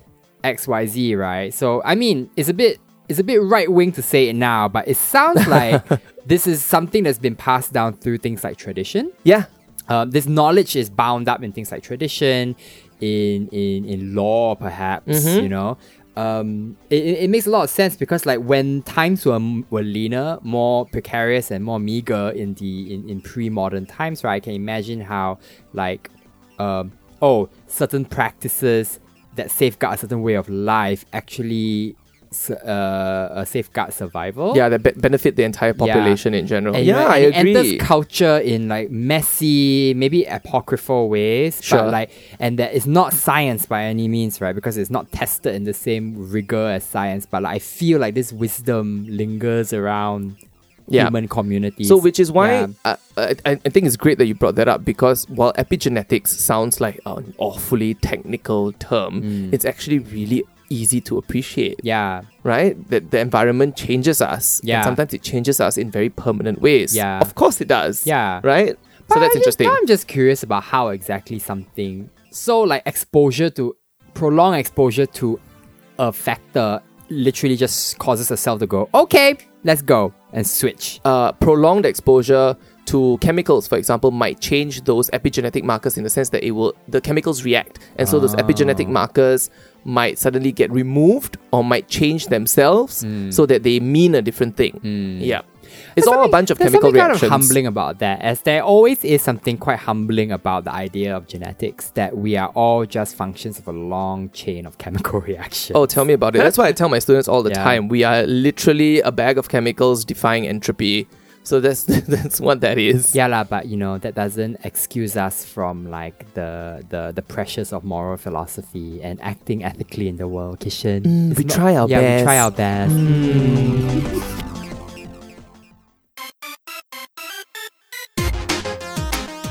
xyz right so i mean it's a bit it's a bit right wing to say it now but it sounds like this is something that's been passed down through things like tradition Yeah, um, this knowledge is bound up in things like tradition, in in in law, perhaps you know, um, it, it it makes a lot of sense because like when times were were leaner, more precarious, and more meager in the in, in pre modern times, right? I can imagine how like um, oh certain practices that safeguard a certain way of life actually s- uh, uh, safeguard survival. Yeah, that be- benefit the entire population in general. And, yeah, you know, I and agree. It enters culture in like messy, maybe apocryphal ways, Sure. but like, and that it's not science by any means, right? Because it's not tested in the same rigor as science. But like, I feel like this wisdom lingers around Yeah. human communities. So, which is why Yeah. I, I, I think it's great that you brought that up because while epigenetics sounds like an awfully technical term, Mm. it's actually really easy to appreciate, yeah, right? That the environment changes us. and Yeah. sometimes it changes us in very permanent ways. Yeah. Of course it does. yeah. Right? so, But I that's just- interesting. I'm just curious about how exactly something so like exposure to prolonged exposure to a factor literally just causes herself to go, okay, let's go and switch. uh, prolonged exposure to chemicals, for example, might change those epigenetic markers in the sense that it will the chemicals react, and so those Ah. epigenetic markers might suddenly get removed or might change themselves Hmm. so that they mean a different thing. Yeah, it's There's all a something- bunch of there's chemical something reactions. Kind of humbling about that, as there always is something quite humbling about the idea of genetics that we are all just functions of a long chain of chemical reactions. Oh, tell me about it. That's why I tell my students all the Yeah. time. We are literally a bag of chemicals defying entropy. So that's that's what that is. Yeah, lah, but you know that doesn't excuse us from like the the the pressures of moral philosophy and acting ethically in the world, Kishan. It's Mm, we try our yeah, we try best. Mm. our best.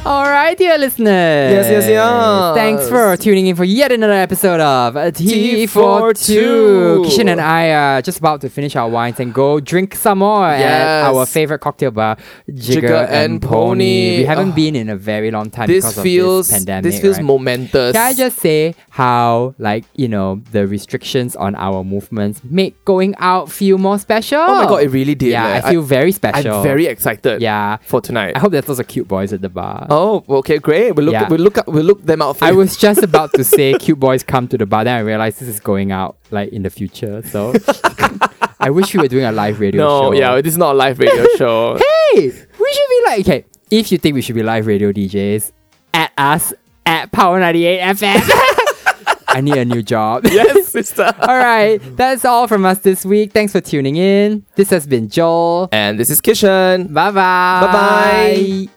All right, dear listeners. Yes, yes, yes. Thanks for tuning in for yet another episode of uh, T42. T42. Kishan and I are just about to finish our wines and go drink some more Yes. at our favorite cocktail bar, Jigger, Jigger and, and Pony. Pony. We haven't Ah. been in a very long time This because feels of this pandemic. this feels right? momentous. Can I just say how, like, you know, the restrictions on our movements make going out feel more special? oh my god, it really did. yeah, man. I feel very I'm special. very excited. yeah. for tonight. I hope there's lots of cute boys at the bar. Oh, okay, great. We look, Yeah. we look, we look them out. For I you. was just about to say cute boys come to the bar, then I realized this is going out like in the future. So I wish we were doing a live radio No, show. yeah, this is not a live radio show. Hey, we should be like okay. If you think we should be live radio DJs, at us at Power 98 FM. I need a new job. yes, sister. all right, that's all from us this week. Thanks for tuning in. This has been Joel. And this is Kishan. Bye bye. Bye-bye.